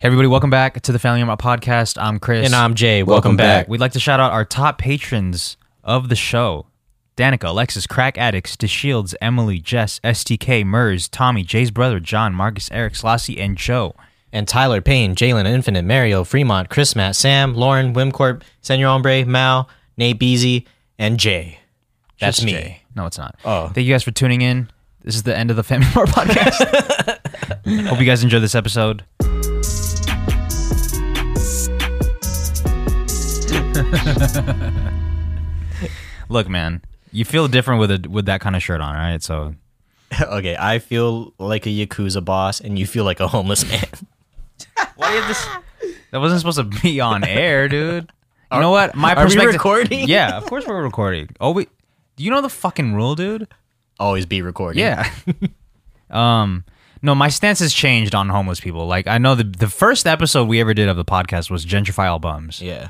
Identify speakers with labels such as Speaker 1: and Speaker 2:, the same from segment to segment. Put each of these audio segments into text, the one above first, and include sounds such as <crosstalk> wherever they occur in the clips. Speaker 1: Hey everybody, welcome back to the Family Amount Podcast. I'm Chris.
Speaker 2: And I'm Jay.
Speaker 3: Welcome
Speaker 2: Welcome, back.
Speaker 3: back.
Speaker 1: We'd like to shout out our top patrons of the show. Danica, Alexis, Crack Addicts, DeShields, Emily, Jess, STK, Murs, Tommy, Jay's brother, John, Marcus, Eric, Slossie, and Joe.
Speaker 2: And Tyler, Payne, Jalen, Infinite, Mario, Fremont, Chris, Matt, Sam, Lauren, Wimcorp, Senor Hombre, Mao, Nate Beasy, and Jay. That's
Speaker 1: Just
Speaker 2: me.
Speaker 1: Jay. No, it's not.
Speaker 2: Oh.
Speaker 1: Thank you guys for tuning in. This is the end of the Family <laughs> Amount
Speaker 2: <laughs>
Speaker 1: Podcast. Hope you guys enjoy this episode. <laughs> Look, man, you feel different with a with that kind of shirt on, right? So
Speaker 2: <laughs> okay, I feel like a yakuza boss, and you feel like a homeless man. <laughs>
Speaker 1: Why you have this? That wasn't supposed to be on air, dude. You know what? My
Speaker 2: are we
Speaker 1: perspective.
Speaker 2: recording?
Speaker 1: Yeah, of course we're recording. Oh, we. Do you know the fucking rule, dude?
Speaker 2: Always be recording.
Speaker 1: Yeah. <laughs> um. No, my stance has changed on homeless people. Like I know the the first episode we ever did of the podcast was gentrify all bums.
Speaker 2: yeah.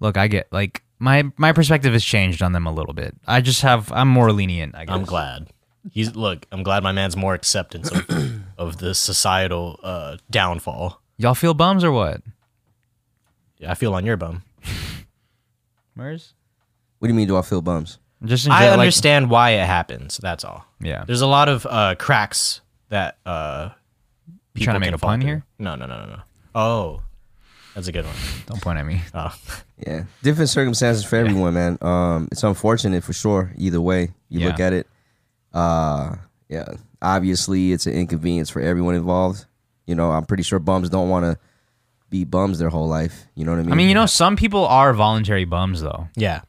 Speaker 1: Look, I get like my my perspective has changed on them a little bit. I just have I'm more lenient. I guess.
Speaker 2: I'm glad. He's look. I'm glad my man's more acceptance <clears throat> of, of the societal uh, downfall.
Speaker 1: Y'all feel bums or what?
Speaker 2: I feel on your bum.
Speaker 1: Mers?
Speaker 3: What do you mean? Do I feel bums?
Speaker 1: Just in
Speaker 2: I
Speaker 1: general, like-
Speaker 2: understand why it happens. That's all.
Speaker 1: yeah.
Speaker 2: There's a lot of uh, cracks that uh,
Speaker 1: You trying to
Speaker 2: people
Speaker 1: make
Speaker 2: can
Speaker 1: a
Speaker 2: fall
Speaker 1: pun
Speaker 2: through.
Speaker 1: here?
Speaker 2: No, no, no, no, no. Oh, that's a good one.
Speaker 1: Don't point at me. <laughs>
Speaker 2: Oh.
Speaker 3: Yeah, different circumstances for everyone, man. Um, it's unfortunate for sure. Either way you look
Speaker 1: Yeah.
Speaker 3: at it, uh, yeah. Obviously, it's an inconvenience for everyone involved. You know, I'm pretty sure bums don't want to be bums their whole life. You know what I mean?
Speaker 1: I mean, you know, some people are voluntary bums though.
Speaker 2: Yeah.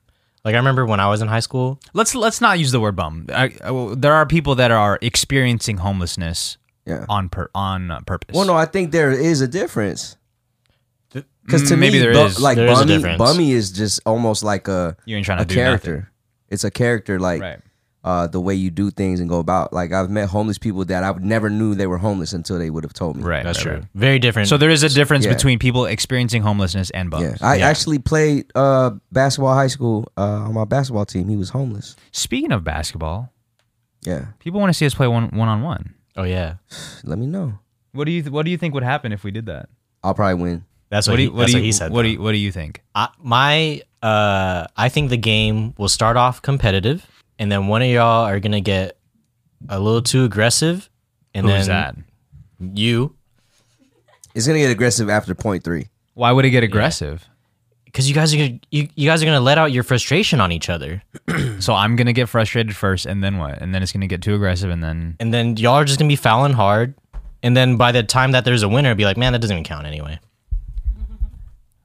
Speaker 2: Like I remember when I was in high school.
Speaker 1: let's let's not use the word bum. I, I will- there are people that are experiencing homelessness
Speaker 3: Yeah.
Speaker 1: on per, on uh, purpose.
Speaker 3: Well, no, I think there is a difference. Because to
Speaker 1: Mm, maybe
Speaker 3: me,
Speaker 1: there
Speaker 3: bu-
Speaker 1: is.
Speaker 3: like
Speaker 2: There is a
Speaker 3: bummy,
Speaker 2: difference.
Speaker 3: bummy is just almost like a
Speaker 1: you ain't trying to
Speaker 3: a
Speaker 1: do
Speaker 3: character. It's a character, like
Speaker 1: nothing. Right.
Speaker 3: uh, the way you do things and go about. Like I've met homeless people that I never knew they were homeless until they would have told me.
Speaker 1: Right. right, right.
Speaker 2: Very different.
Speaker 1: So there is a difference
Speaker 3: Yeah.
Speaker 1: between people experiencing homelessness and bums.
Speaker 3: Yeah, I
Speaker 2: Yeah.
Speaker 3: actually played uh, basketball high school uh, on my basketball team. He was homeless.
Speaker 1: Speaking of basketball,
Speaker 3: Yeah,
Speaker 1: people want to see us play one one on one.
Speaker 2: oh yeah.
Speaker 3: let me know.
Speaker 1: What do you What do you think would happen if we did that?
Speaker 3: I'll probably win.
Speaker 2: That's
Speaker 1: What
Speaker 2: what,
Speaker 1: do
Speaker 2: he,
Speaker 1: you, what
Speaker 2: that's
Speaker 1: do
Speaker 2: what
Speaker 1: you,
Speaker 2: he said.
Speaker 1: What do
Speaker 2: though.
Speaker 1: you What do you think?
Speaker 2: I, my uh I think the game will start off competitive and then one of y'all are going to get a little too aggressive and
Speaker 1: Who's
Speaker 2: then
Speaker 1: that?
Speaker 2: you
Speaker 3: It's gonna get aggressive after point three.
Speaker 1: Why would it get aggressive?
Speaker 2: cuz you guys are gonna, you, you guys are going to let out your frustration on each other
Speaker 1: So I'm gonna get frustrated first, and then what? And then it's gonna get too aggressive, and then
Speaker 2: and then y'all are just going to be fouling hard and then by the time that there's a winner be like man that doesn't even count anyway.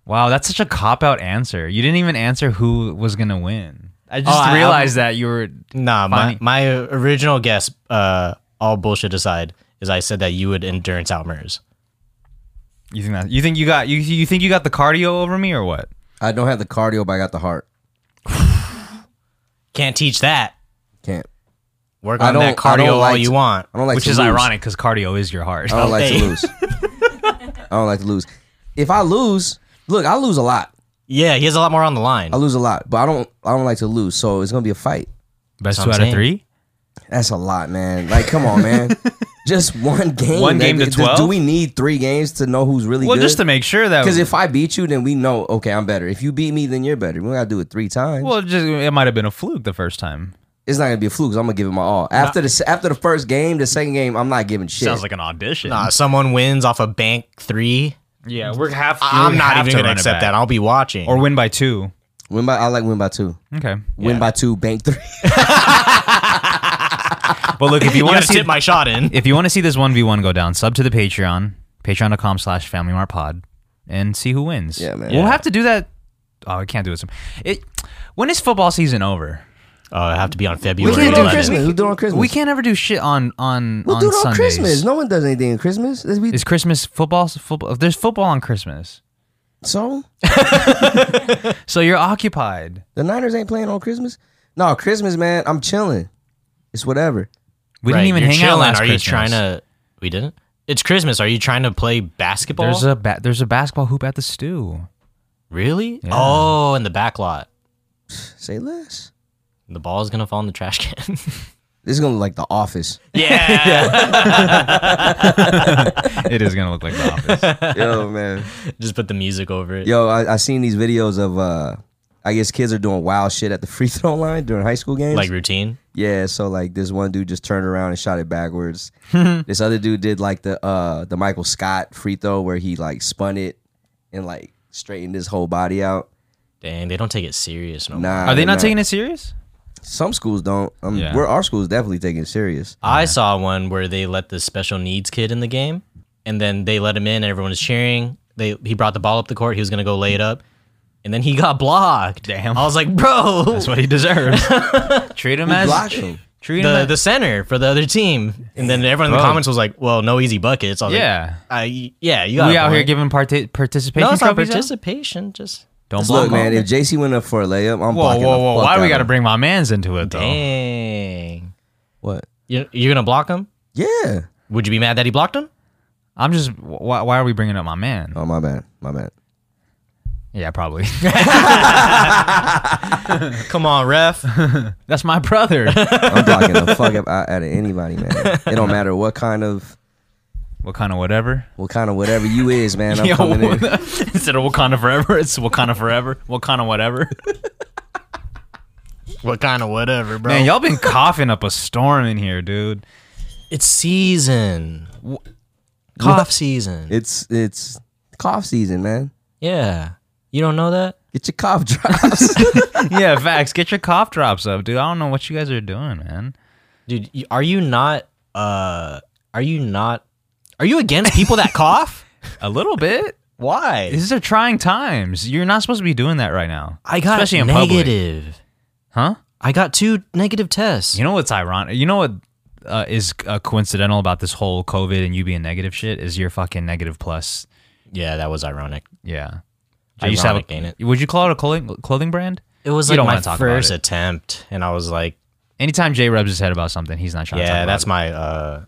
Speaker 1: Wow, that's such a cop out answer. You didn't even answer who was gonna win. I just
Speaker 2: Oh, I-
Speaker 1: realized that you were.
Speaker 2: Nah,
Speaker 1: Funny.
Speaker 2: my, my original guess, uh, all bullshit aside, is I said that you would endurance out Murs.
Speaker 1: You think that you think you got you you think you got the cardio over me or what?
Speaker 3: I don't have the cardio, but I got the heart.
Speaker 2: Can't teach that.
Speaker 3: Can't.
Speaker 2: Work
Speaker 3: I
Speaker 2: on that
Speaker 3: don't- I don't
Speaker 2: cardio all
Speaker 3: like
Speaker 2: you
Speaker 3: to-
Speaker 2: want.
Speaker 3: I don't like
Speaker 1: Which
Speaker 3: to
Speaker 1: is
Speaker 3: lose. Oh,
Speaker 1: ironic because cardio is your heart.
Speaker 3: I don't like
Speaker 2: Hey.
Speaker 3: to lose. I don't like to lose. If I lose, look, I lose a lot.
Speaker 2: Yeah, he has a lot more on the line.
Speaker 3: I lose a lot, but I don't. I don't like to lose, so it's gonna be a fight.
Speaker 1: <laughs> Best
Speaker 2: That's
Speaker 1: two
Speaker 2: what
Speaker 1: out
Speaker 2: I'm
Speaker 1: of
Speaker 2: saying.
Speaker 1: three.
Speaker 3: That's a lot, man. Like, come
Speaker 1: <laughs>
Speaker 3: on, man. Just one game.
Speaker 1: One game
Speaker 3: baby.
Speaker 1: to
Speaker 3: Do-
Speaker 1: 12?
Speaker 3: Do we need three games to know who's really
Speaker 1: Well,
Speaker 3: good?
Speaker 1: just to make sure that.
Speaker 3: Because if I beat you, then we know. Okay, I'm better. If you beat me, then you're better. We gotta do it three times.
Speaker 1: well, just it might have been a fluke the first time.
Speaker 3: it's not gonna be a fluke. 'cause I'm gonna give it my all. After the the after the first game, the second game, I'm not giving shit.
Speaker 1: Sounds like an audition.
Speaker 2: Nah, someone wins off a bank three.
Speaker 1: yeah, we're half.
Speaker 2: I'm not even
Speaker 1: going
Speaker 2: gonna accept that. I'll be watching.
Speaker 1: Or win by two.
Speaker 3: win by I like win by two.
Speaker 1: Okay,
Speaker 3: Win by two, bank three.
Speaker 1: but look, if you
Speaker 2: you
Speaker 1: want
Speaker 2: want
Speaker 1: to
Speaker 2: to
Speaker 1: see
Speaker 2: tip my shot in?
Speaker 1: if you want to see this 1v1 go down, sub to the Patreon, patreon.com slash familymart and see who wins.
Speaker 3: Yeah, man.
Speaker 1: We'll
Speaker 3: Yeah.
Speaker 1: have to do that. Oh, I can't do it. Some- It, when is football season over?
Speaker 2: Oh, I have to be on February
Speaker 3: do it on
Speaker 2: 11th.
Speaker 3: Christmas. We'll do it on Christmas.
Speaker 1: We can't ever do shit on on
Speaker 3: We'll
Speaker 1: on
Speaker 3: do it on
Speaker 1: Sundays.
Speaker 3: Christmas. No one does anything on Christmas. Let's be-
Speaker 1: Is Christmas football? Football. There's football on Christmas,
Speaker 3: so
Speaker 1: so you're occupied.
Speaker 3: the Niners ain't playing on Christmas. No, Christmas, man. I'm chilling. It's whatever.
Speaker 1: We
Speaker 2: Right,
Speaker 1: didn't even
Speaker 2: you're
Speaker 1: hang out
Speaker 2: chilling.
Speaker 1: last
Speaker 2: Are
Speaker 1: Christmas.
Speaker 2: you trying to? We didn't. It's Christmas. Are you trying to play basketball?
Speaker 1: There's a ba- there's a basketball hoop at the stew.
Speaker 2: really? Oh, in the back lot.
Speaker 3: Say less.
Speaker 2: The ball's gonna fall in the trash can. <laughs>
Speaker 3: This is gonna look like The Office.
Speaker 1: Yeah. it is gonna look like the office.
Speaker 3: <laughs> Yo, man.
Speaker 2: Just put the music over it.
Speaker 3: Yo, I, I seen these videos of uh I guess kids are doing wild shit at the <laughs> free throw line during high school games.
Speaker 2: Like routine.
Speaker 3: yeah, so like this one dude just turned around and shot
Speaker 1: <laughs>
Speaker 3: it backwards. this other dude did like the uh the Michael Scott free throw where he like spun it and like straightened his whole body out.
Speaker 2: Dang, they don't take it serious no more.
Speaker 3: Nah.
Speaker 1: Are they not taking it serious?
Speaker 3: some schools don't. Um
Speaker 1: Yeah.
Speaker 3: we're our school's definitely taking it serious.
Speaker 2: I saw one where they let the special needs kid in the game, and then they let him in, and everyone was cheering. They he brought the ball up the court. He was gonna go lay it up, and then he got blocked.
Speaker 1: Damn.
Speaker 2: I was like, bro,
Speaker 1: That's what he deserves. treat him as
Speaker 3: blocked him?
Speaker 1: Treat him
Speaker 2: the
Speaker 1: as,
Speaker 2: the center for the other team, and then everyone in the
Speaker 1: Bro.
Speaker 2: comments was like, well, no easy buckets. I was
Speaker 1: Oh. Yeah.
Speaker 2: like, I, yeah, you got
Speaker 1: we
Speaker 2: a
Speaker 1: out here
Speaker 2: point.
Speaker 1: giving parti- participation
Speaker 2: no, it's not
Speaker 1: trophies out?
Speaker 2: participation, just
Speaker 1: Don't block
Speaker 3: Look, man,
Speaker 1: him.
Speaker 3: if JC went up for a layup, I'm
Speaker 1: Whoa,
Speaker 3: blocking
Speaker 1: whoa,
Speaker 3: the
Speaker 1: whoa!
Speaker 3: fuck
Speaker 1: Why we got
Speaker 3: out
Speaker 1: to
Speaker 3: of him.
Speaker 1: bring my man's into it though?
Speaker 2: dang.
Speaker 3: what?
Speaker 2: You you're gonna block him?
Speaker 3: Yeah.
Speaker 2: Would you be mad that he blocked him?
Speaker 1: I'm just. wh- Why, why are we bringing up my man?
Speaker 3: Oh my bad. My bad.
Speaker 1: Yeah, probably.
Speaker 2: <laughs>
Speaker 1: <laughs>
Speaker 2: Come
Speaker 1: <laughs>
Speaker 2: on, ref.
Speaker 1: That's my
Speaker 3: <laughs>
Speaker 1: brother.
Speaker 3: I'm blocking
Speaker 1: <laughs>
Speaker 3: the fuck up out out of anybody, man. It don't matter what kind of
Speaker 1: what kind of whatever?
Speaker 3: what kind of whatever you is, man.
Speaker 1: <laughs>
Speaker 3: I'm
Speaker 1: Yo,
Speaker 3: coming in.
Speaker 1: instead of Wakanda forever, it's Wakanda forever. Wakanda whatever.
Speaker 2: what kind of whatever, bro?
Speaker 1: Man, y'all been coughing up a storm in here, dude.
Speaker 2: It's season. Cough season.
Speaker 3: It's it's cough season, man.
Speaker 2: yeah. You don't know that?
Speaker 3: Get your
Speaker 1: <laughs>
Speaker 3: cough drops.
Speaker 1: yeah, facts. Get your cough drops up, dude. I don't know what you guys are doing, man.
Speaker 2: Dude, you- are you not uh are you not are you against people <laughs> that cough?
Speaker 1: A little bit.
Speaker 2: Why?
Speaker 1: These are trying times. You're not supposed to be doing that right now,
Speaker 2: I got
Speaker 1: Especially in public.
Speaker 2: negative.
Speaker 1: huh?
Speaker 2: I got two negative tests.
Speaker 1: You know what's ironic? You know what uh, is uh, coincidental about this whole COVID and you being negative shit is your fucking negative plus.
Speaker 2: Yeah, that was ironic.
Speaker 1: Yeah.
Speaker 2: Ironic, ain't
Speaker 1: Would you call it a clothing clothing brand?
Speaker 2: It was
Speaker 1: You
Speaker 2: like
Speaker 1: don't
Speaker 2: my
Speaker 1: wanna talk about
Speaker 2: first
Speaker 1: it.
Speaker 2: attempt and I was like,
Speaker 1: Anytime Jay rubs his head about something, he's not trying to talk
Speaker 2: yeah,
Speaker 1: about
Speaker 2: that's
Speaker 1: it.
Speaker 2: my uh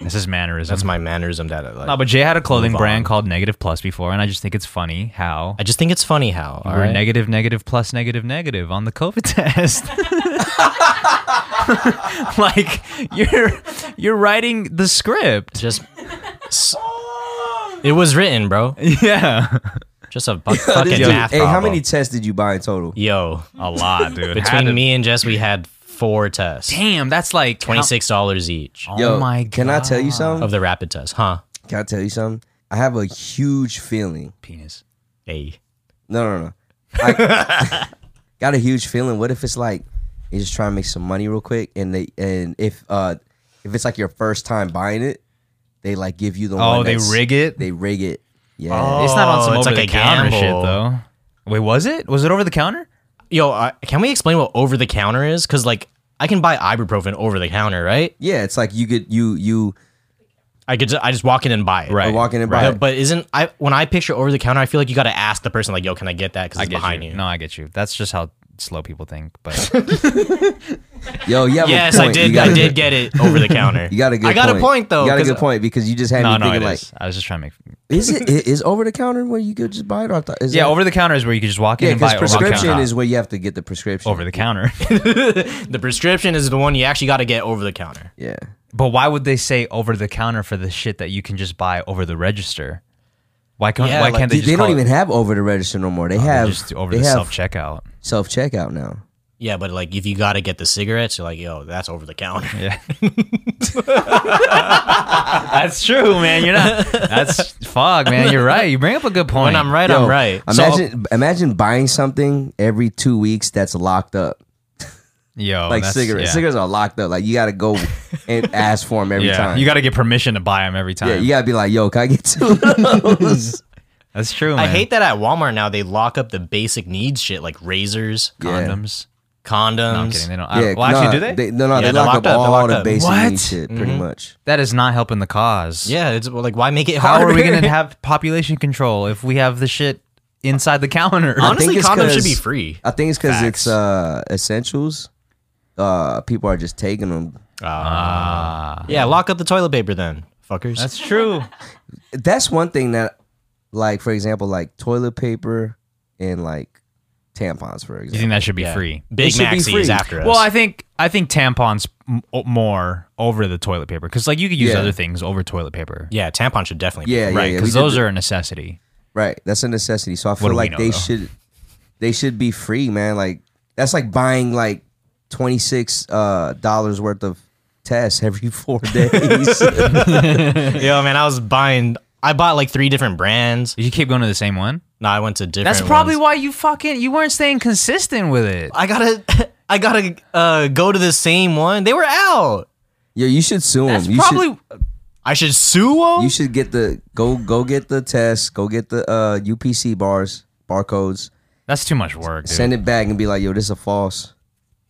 Speaker 1: That's his mannerism.
Speaker 2: that's my mannerism that I like.
Speaker 1: No, but Jay had a clothing
Speaker 2: Move
Speaker 1: brand
Speaker 2: on.
Speaker 1: called Negative Plus before, and I just think it's funny how
Speaker 2: I just think it's funny how
Speaker 1: we <laughs>
Speaker 2: all
Speaker 1: we're
Speaker 2: right?
Speaker 1: negative, negative, plus, negative, negative on the COVID <laughs> test. like you're you're writing the script. <laughs>
Speaker 2: just s- It was written, bro.
Speaker 1: Yeah, <laughs>
Speaker 2: Just a bu- fucking
Speaker 3: Yo,
Speaker 2: math
Speaker 3: <laughs> hey,
Speaker 2: problem.
Speaker 3: how many tests did you buy in total?
Speaker 2: Yo,
Speaker 1: a lot, dude. Had to-
Speaker 2: between me and Jess, we had four tests,
Speaker 1: damn, that's like
Speaker 2: twenty six dollars each
Speaker 1: Oh
Speaker 3: Yo,
Speaker 1: my god!
Speaker 3: can I tell you
Speaker 1: Oh.
Speaker 3: something?
Speaker 2: of the rapid test, huh?
Speaker 3: Can I tell you something? I have a huge feeling.
Speaker 1: Penis.
Speaker 2: Hey,
Speaker 3: No, no,
Speaker 1: <laughs>
Speaker 3: no. I got a huge feeling. What if it's like you just trying to make some money real quick, and they and if uh if it's like your first time buying it, they like give you the one
Speaker 1: Oh, they
Speaker 3: that's-
Speaker 1: rig it.
Speaker 3: They rig it. Yeah.
Speaker 1: it's not on some
Speaker 2: Oh, it's
Speaker 1: over
Speaker 2: like
Speaker 1: the
Speaker 2: a
Speaker 1: counter shit
Speaker 2: gamble.
Speaker 1: though. Wait, was it? Was it over the counter?
Speaker 2: yo, uh, can we explain what over the counter is? Because like, I can buy ibuprofen over the counter, right?
Speaker 3: Yeah, it's like you could you you
Speaker 2: I could, just, I just walk in and buy it,
Speaker 1: Right.
Speaker 3: are walking in by.
Speaker 2: But, but isn't I when I picture over the counter, I feel like you got to ask the person like, yo, can I get that? Because it's
Speaker 1: get
Speaker 2: behind you.
Speaker 1: No, I get you. That's just how slow people think.
Speaker 3: <laughs>
Speaker 1: But
Speaker 3: Yo, you have
Speaker 2: Yes,
Speaker 3: a
Speaker 2: I
Speaker 3: point. You
Speaker 2: did.
Speaker 3: got
Speaker 2: I
Speaker 3: a
Speaker 2: did
Speaker 3: good-
Speaker 2: get it over the counter.
Speaker 3: <laughs> You got a good.
Speaker 2: I got
Speaker 3: point.
Speaker 2: a point though.
Speaker 3: You got a
Speaker 2: 'cause
Speaker 3: good point because you just had
Speaker 1: no,
Speaker 3: me
Speaker 1: no, it
Speaker 3: thinking
Speaker 1: is.
Speaker 3: like,
Speaker 1: I was just trying to make
Speaker 3: is it i- is over the counter where you could just buy it? Or I thought, is
Speaker 1: Yeah,
Speaker 3: that-
Speaker 1: over the counter is where you can just walk in
Speaker 3: yeah,
Speaker 1: and buy
Speaker 3: because
Speaker 1: it over the
Speaker 3: prescription
Speaker 1: counter.
Speaker 3: is where you have to get the prescription
Speaker 1: over the
Speaker 3: <laughs>
Speaker 1: counter.
Speaker 2: <laughs> The prescription is the one you actually got to get over the counter.
Speaker 3: Yeah,
Speaker 1: but why would they say over the counter for the shit that you can just buy over the register? Why can't
Speaker 2: Yeah,
Speaker 1: why
Speaker 2: like,
Speaker 1: can't
Speaker 3: they,
Speaker 1: they just
Speaker 3: don't
Speaker 1: call
Speaker 3: even
Speaker 1: it, Oh,
Speaker 3: have over the register no more. They have
Speaker 1: they just do over
Speaker 3: they
Speaker 1: the
Speaker 3: have
Speaker 1: self checkout?
Speaker 3: self checkout now.
Speaker 2: Yeah, but like if you got to get the cigarettes, you're like, yo, that's over the counter. <laughs>
Speaker 1: Yeah. <laughs> that's true, man. You're not that's fuck, man. You're right. You bring up a good point.
Speaker 2: When I'm right,
Speaker 3: Yo,
Speaker 2: I'm right.
Speaker 3: Imagine imagine buying something every two weeks that's locked up,
Speaker 1: Yo, Oh,
Speaker 3: like
Speaker 1: that's-
Speaker 3: cigarettes.
Speaker 1: yeah.
Speaker 3: Cigarettes are locked up. Like you got to go
Speaker 1: <laughs>
Speaker 3: and ask for them every
Speaker 1: Yeah,
Speaker 3: time.
Speaker 1: you got to get permission to buy them every time.
Speaker 3: yeah, you got to be like, yo, can I
Speaker 1: <laughs>
Speaker 3: get two? of those?
Speaker 1: that's true.
Speaker 2: I
Speaker 1: man.
Speaker 2: hate that at Walmart now they lock up the basic needs shit like razors,
Speaker 3: Yeah.
Speaker 1: condoms.
Speaker 2: condoms.
Speaker 1: No, I'm kidding. They don't. I,
Speaker 3: yeah,
Speaker 1: well, actually,
Speaker 3: nah,
Speaker 1: do they?
Speaker 3: No, no,
Speaker 2: Yeah, they're
Speaker 3: they lock
Speaker 2: locked
Speaker 3: up
Speaker 2: up, they're
Speaker 3: all
Speaker 2: locked
Speaker 3: the
Speaker 2: up.
Speaker 3: basic
Speaker 1: What? Mm-hmm.
Speaker 3: needs shit, pretty much.
Speaker 1: that is not helping the cause.
Speaker 2: yeah, it's well, like why make it
Speaker 1: How
Speaker 2: harder?
Speaker 1: are we
Speaker 2: <laughs>
Speaker 1: gonna have population control if we have the shit inside the calendar?
Speaker 2: Honestly,
Speaker 3: think it's
Speaker 2: condoms should
Speaker 3: 'cause-
Speaker 2: be free.
Speaker 3: I think it's because it's
Speaker 1: Facts.
Speaker 3: uh, essentials. Uh, people are just taking them. Uh,
Speaker 2: yeah, lock up the toilet paper then,
Speaker 1: <laughs>
Speaker 2: fuckers.
Speaker 1: That's true.
Speaker 3: That's one thing that, like for example, like toilet paper and like tampons, for
Speaker 1: You
Speaker 3: example.
Speaker 1: think that should be
Speaker 2: Yeah.
Speaker 1: free?
Speaker 2: Big
Speaker 3: should
Speaker 2: Maxi
Speaker 3: be
Speaker 2: is
Speaker 3: free.
Speaker 2: after us.
Speaker 1: Well, I think I think tampons m- o- more over the toilet paper because like you could use
Speaker 3: Yeah.
Speaker 1: other things over toilet paper,
Speaker 2: yeah, tampon should definitely. be
Speaker 3: Yeah, yeah,
Speaker 1: right?
Speaker 3: yeah.
Speaker 1: Because
Speaker 3: we did
Speaker 1: those
Speaker 3: the-
Speaker 1: are a necessity.
Speaker 3: right. That's a necessity. So I feel
Speaker 1: do we
Speaker 3: like
Speaker 1: know,
Speaker 3: they
Speaker 1: though?
Speaker 3: should they should be free, man. Like that's like buying like twenty six uh, dollars worth of tests every
Speaker 1: <laughs>
Speaker 3: <laughs> four
Speaker 2: <laughs>
Speaker 3: days. <laughs>
Speaker 2: Yo, man, I was buying. I bought like three different brands.
Speaker 1: Did you keep going to the same one?
Speaker 2: No, I went to different.
Speaker 1: That's probably
Speaker 2: ones.
Speaker 1: why you fucking you weren't staying consistent with it.
Speaker 2: I gotta. I gotta uh, go to the same one. They were out.
Speaker 3: yeah, you should sue them.
Speaker 1: That's
Speaker 3: You
Speaker 1: probably
Speaker 3: should,
Speaker 2: I should sue them.
Speaker 3: you should get the go go get the test. Go get the uh, UPC bars barcodes.
Speaker 1: that's too much work. Dude.
Speaker 3: Send it back and be like, yo, this is a false.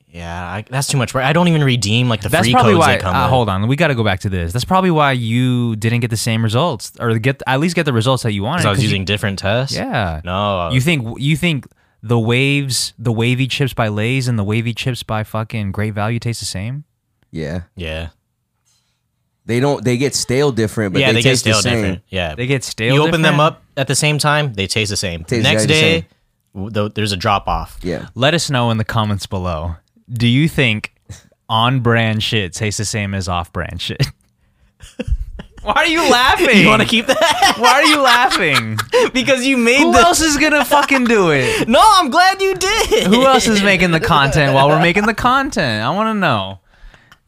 Speaker 2: yeah, I, that's too much work. I don't even redeem like the
Speaker 1: That's
Speaker 2: free
Speaker 1: probably
Speaker 2: codes
Speaker 1: why.
Speaker 2: that come.
Speaker 1: uh,
Speaker 2: with.
Speaker 1: hold on, we got to go back to this. That's probably why you didn't get the same results, or get at least get the results that you wanted.
Speaker 2: 'Cause I was
Speaker 1: 'cause you-
Speaker 2: using different tests.
Speaker 1: yeah.
Speaker 2: No. uh,
Speaker 1: You think you think the waves, the wavy chips by Lay's, and the wavy chips by fucking Great Value taste the same?
Speaker 3: Yeah,
Speaker 2: yeah.
Speaker 3: they don't. They get stale different, but
Speaker 2: yeah,
Speaker 3: they,
Speaker 2: they get
Speaker 3: taste
Speaker 2: stale
Speaker 3: the same.
Speaker 2: different. Yeah.
Speaker 1: They get stale.
Speaker 2: you open them
Speaker 1: different?
Speaker 2: up at the same time, they taste the same.
Speaker 3: Tastes
Speaker 2: Next
Speaker 3: exactly the
Speaker 2: day,
Speaker 3: same.
Speaker 2: w- tho- there's a drop off.
Speaker 3: Yeah,
Speaker 1: Let us know in the comments below. Do you think on-brand shit tastes the same as off-brand shit? <laughs> Why are you laughing?
Speaker 2: You want to keep that <laughs>
Speaker 1: Why are you <laughs> laughing?
Speaker 2: because you made
Speaker 1: Who
Speaker 2: the.
Speaker 1: else is gonna fucking do it?
Speaker 2: No, I'm glad you did.
Speaker 1: Who else is making the content while we're making the content? I want to know.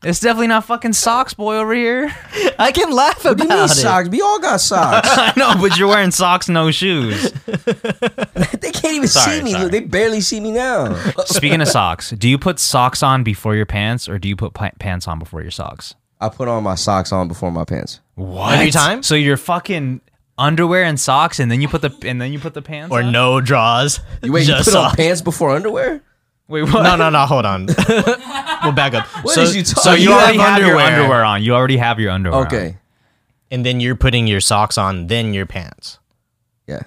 Speaker 1: It's definitely not fucking socks boy over here.
Speaker 2: <laughs> I can laugh about
Speaker 3: you need
Speaker 2: it.
Speaker 3: socks. We all got socks.
Speaker 1: <laughs>
Speaker 2: <laughs>
Speaker 1: I know, but you're wearing socks, no shoes.
Speaker 3: They can't even
Speaker 2: Sorry,
Speaker 3: see me.
Speaker 2: sorry.
Speaker 3: Look, They barely see me now.
Speaker 1: Speaking of socks, do you put socks on before your pants, or do you put pa- pants on before your socks?
Speaker 3: I put on my socks on before my pants.
Speaker 1: What
Speaker 2: Every time?
Speaker 1: So your fucking underwear and socks, and then you put the and then you put the pants
Speaker 2: Or
Speaker 1: on?
Speaker 2: no draws.
Speaker 3: You wait,
Speaker 2: just
Speaker 3: you put
Speaker 2: socks.
Speaker 3: on pants before underwear?
Speaker 1: Wait, what?
Speaker 2: No, no, no. Hold on. we'll back up.
Speaker 3: <laughs> What
Speaker 2: so,
Speaker 3: is you talking
Speaker 2: so
Speaker 1: <laughs>
Speaker 2: you,
Speaker 1: You
Speaker 3: about?
Speaker 2: already
Speaker 1: already have
Speaker 2: have, underwear,
Speaker 1: your underwear on. You already have your underwear. on.
Speaker 3: Okay.
Speaker 2: and then you're putting your socks on, then your pants.
Speaker 3: Yeah.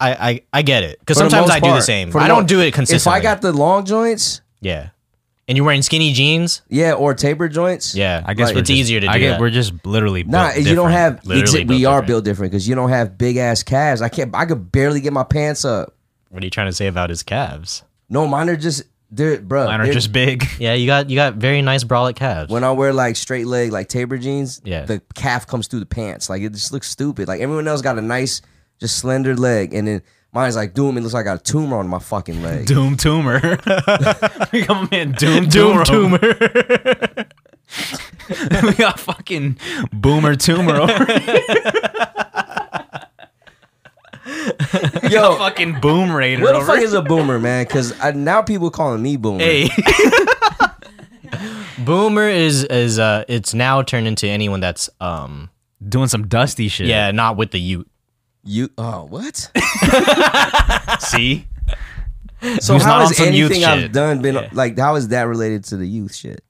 Speaker 2: I, I, I get it because
Speaker 3: For the
Speaker 2: sometimes
Speaker 3: most
Speaker 2: I do the
Speaker 3: part.
Speaker 2: same.
Speaker 3: For the
Speaker 2: I don't
Speaker 3: most-
Speaker 2: do it consistently.
Speaker 3: If I got the long joints,
Speaker 2: yeah, and you're wearing skinny jeans.
Speaker 3: yeah, or taper joints,
Speaker 2: Yeah,
Speaker 1: I guess
Speaker 3: Like-
Speaker 1: we're
Speaker 2: it's
Speaker 1: just-
Speaker 2: easier to do
Speaker 1: I get,
Speaker 2: that.
Speaker 1: We're just literally
Speaker 3: Nah,
Speaker 1: built
Speaker 3: you don't
Speaker 1: different.
Speaker 3: have.
Speaker 2: Literally
Speaker 3: exa- we
Speaker 2: built
Speaker 3: are
Speaker 2: different.
Speaker 3: built different because you don't have big ass calves. I can't. I could barely get my pants up.
Speaker 2: What are you trying to say about his calves?
Speaker 3: No, mine are just. They're bro.
Speaker 1: Mine are just big.
Speaker 2: Yeah, you got you got very nice brolic calves.
Speaker 3: When I wear like straight leg like taper jeans,
Speaker 2: Yeah.
Speaker 3: the calf comes through the pants. Like it just looks stupid. Like everyone else got a nice, just slender leg, and then mine's like doom. It looks like I got a tumor on my
Speaker 1: <laughs>
Speaker 3: fucking leg.
Speaker 1: Doom tumor. we got man Doom <laughs> Doom tumor. <laughs> we got fucking boomer tumor over here.
Speaker 3: Yo,
Speaker 1: <laughs> fucking boom raider
Speaker 3: What the
Speaker 1: over
Speaker 3: fuck is a boomer, man? Because now people calling me boomer.
Speaker 2: hey. Boomer is is uh it's now turned into anyone that's um
Speaker 1: doing some dusty shit.
Speaker 2: yeah, not with the Ute.
Speaker 3: You oh
Speaker 1: <laughs>
Speaker 3: what?
Speaker 1: See?
Speaker 3: So
Speaker 1: Who's
Speaker 3: how
Speaker 1: not
Speaker 3: is
Speaker 1: on some youth
Speaker 3: anything I've
Speaker 1: shit?
Speaker 3: done been like how is that related to the youth shit?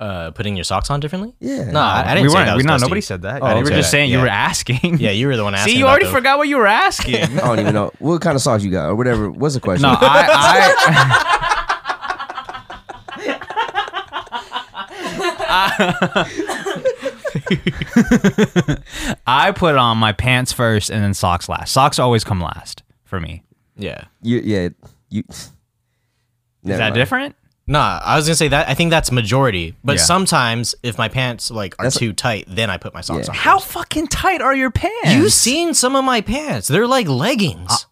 Speaker 2: Uh putting your socks on differently?
Speaker 3: Yeah.
Speaker 2: No, I, I didn't
Speaker 1: we
Speaker 2: say
Speaker 1: weren't.
Speaker 2: that
Speaker 1: we
Speaker 2: was
Speaker 1: not.
Speaker 2: dusty.
Speaker 1: Nobody said that.
Speaker 2: I
Speaker 1: we
Speaker 2: didn't
Speaker 1: were
Speaker 2: say
Speaker 1: just
Speaker 2: that,
Speaker 1: saying
Speaker 2: yeah.
Speaker 1: you were asking.
Speaker 2: Yeah, you were the one asking.
Speaker 1: See, you
Speaker 2: about
Speaker 1: already
Speaker 2: the-
Speaker 1: forgot what you were asking. <laughs>
Speaker 3: I don't even know what kind of sauce you got or whatever. What's the question?
Speaker 1: no, I. I <laughs> I put on my pants first and then socks last. Socks always come last for me.
Speaker 2: Yeah.
Speaker 3: You, yeah, you. <laughs>
Speaker 1: Is that different?
Speaker 2: Nah, I was gonna say that I think that's majority. But
Speaker 1: Yeah.
Speaker 2: sometimes if my pants like are
Speaker 3: That's-
Speaker 2: too tight, then I put my socks
Speaker 3: Yeah.
Speaker 2: on.
Speaker 1: How fucking tight are your pants?
Speaker 2: You've seen some of my pants. They're like leggings.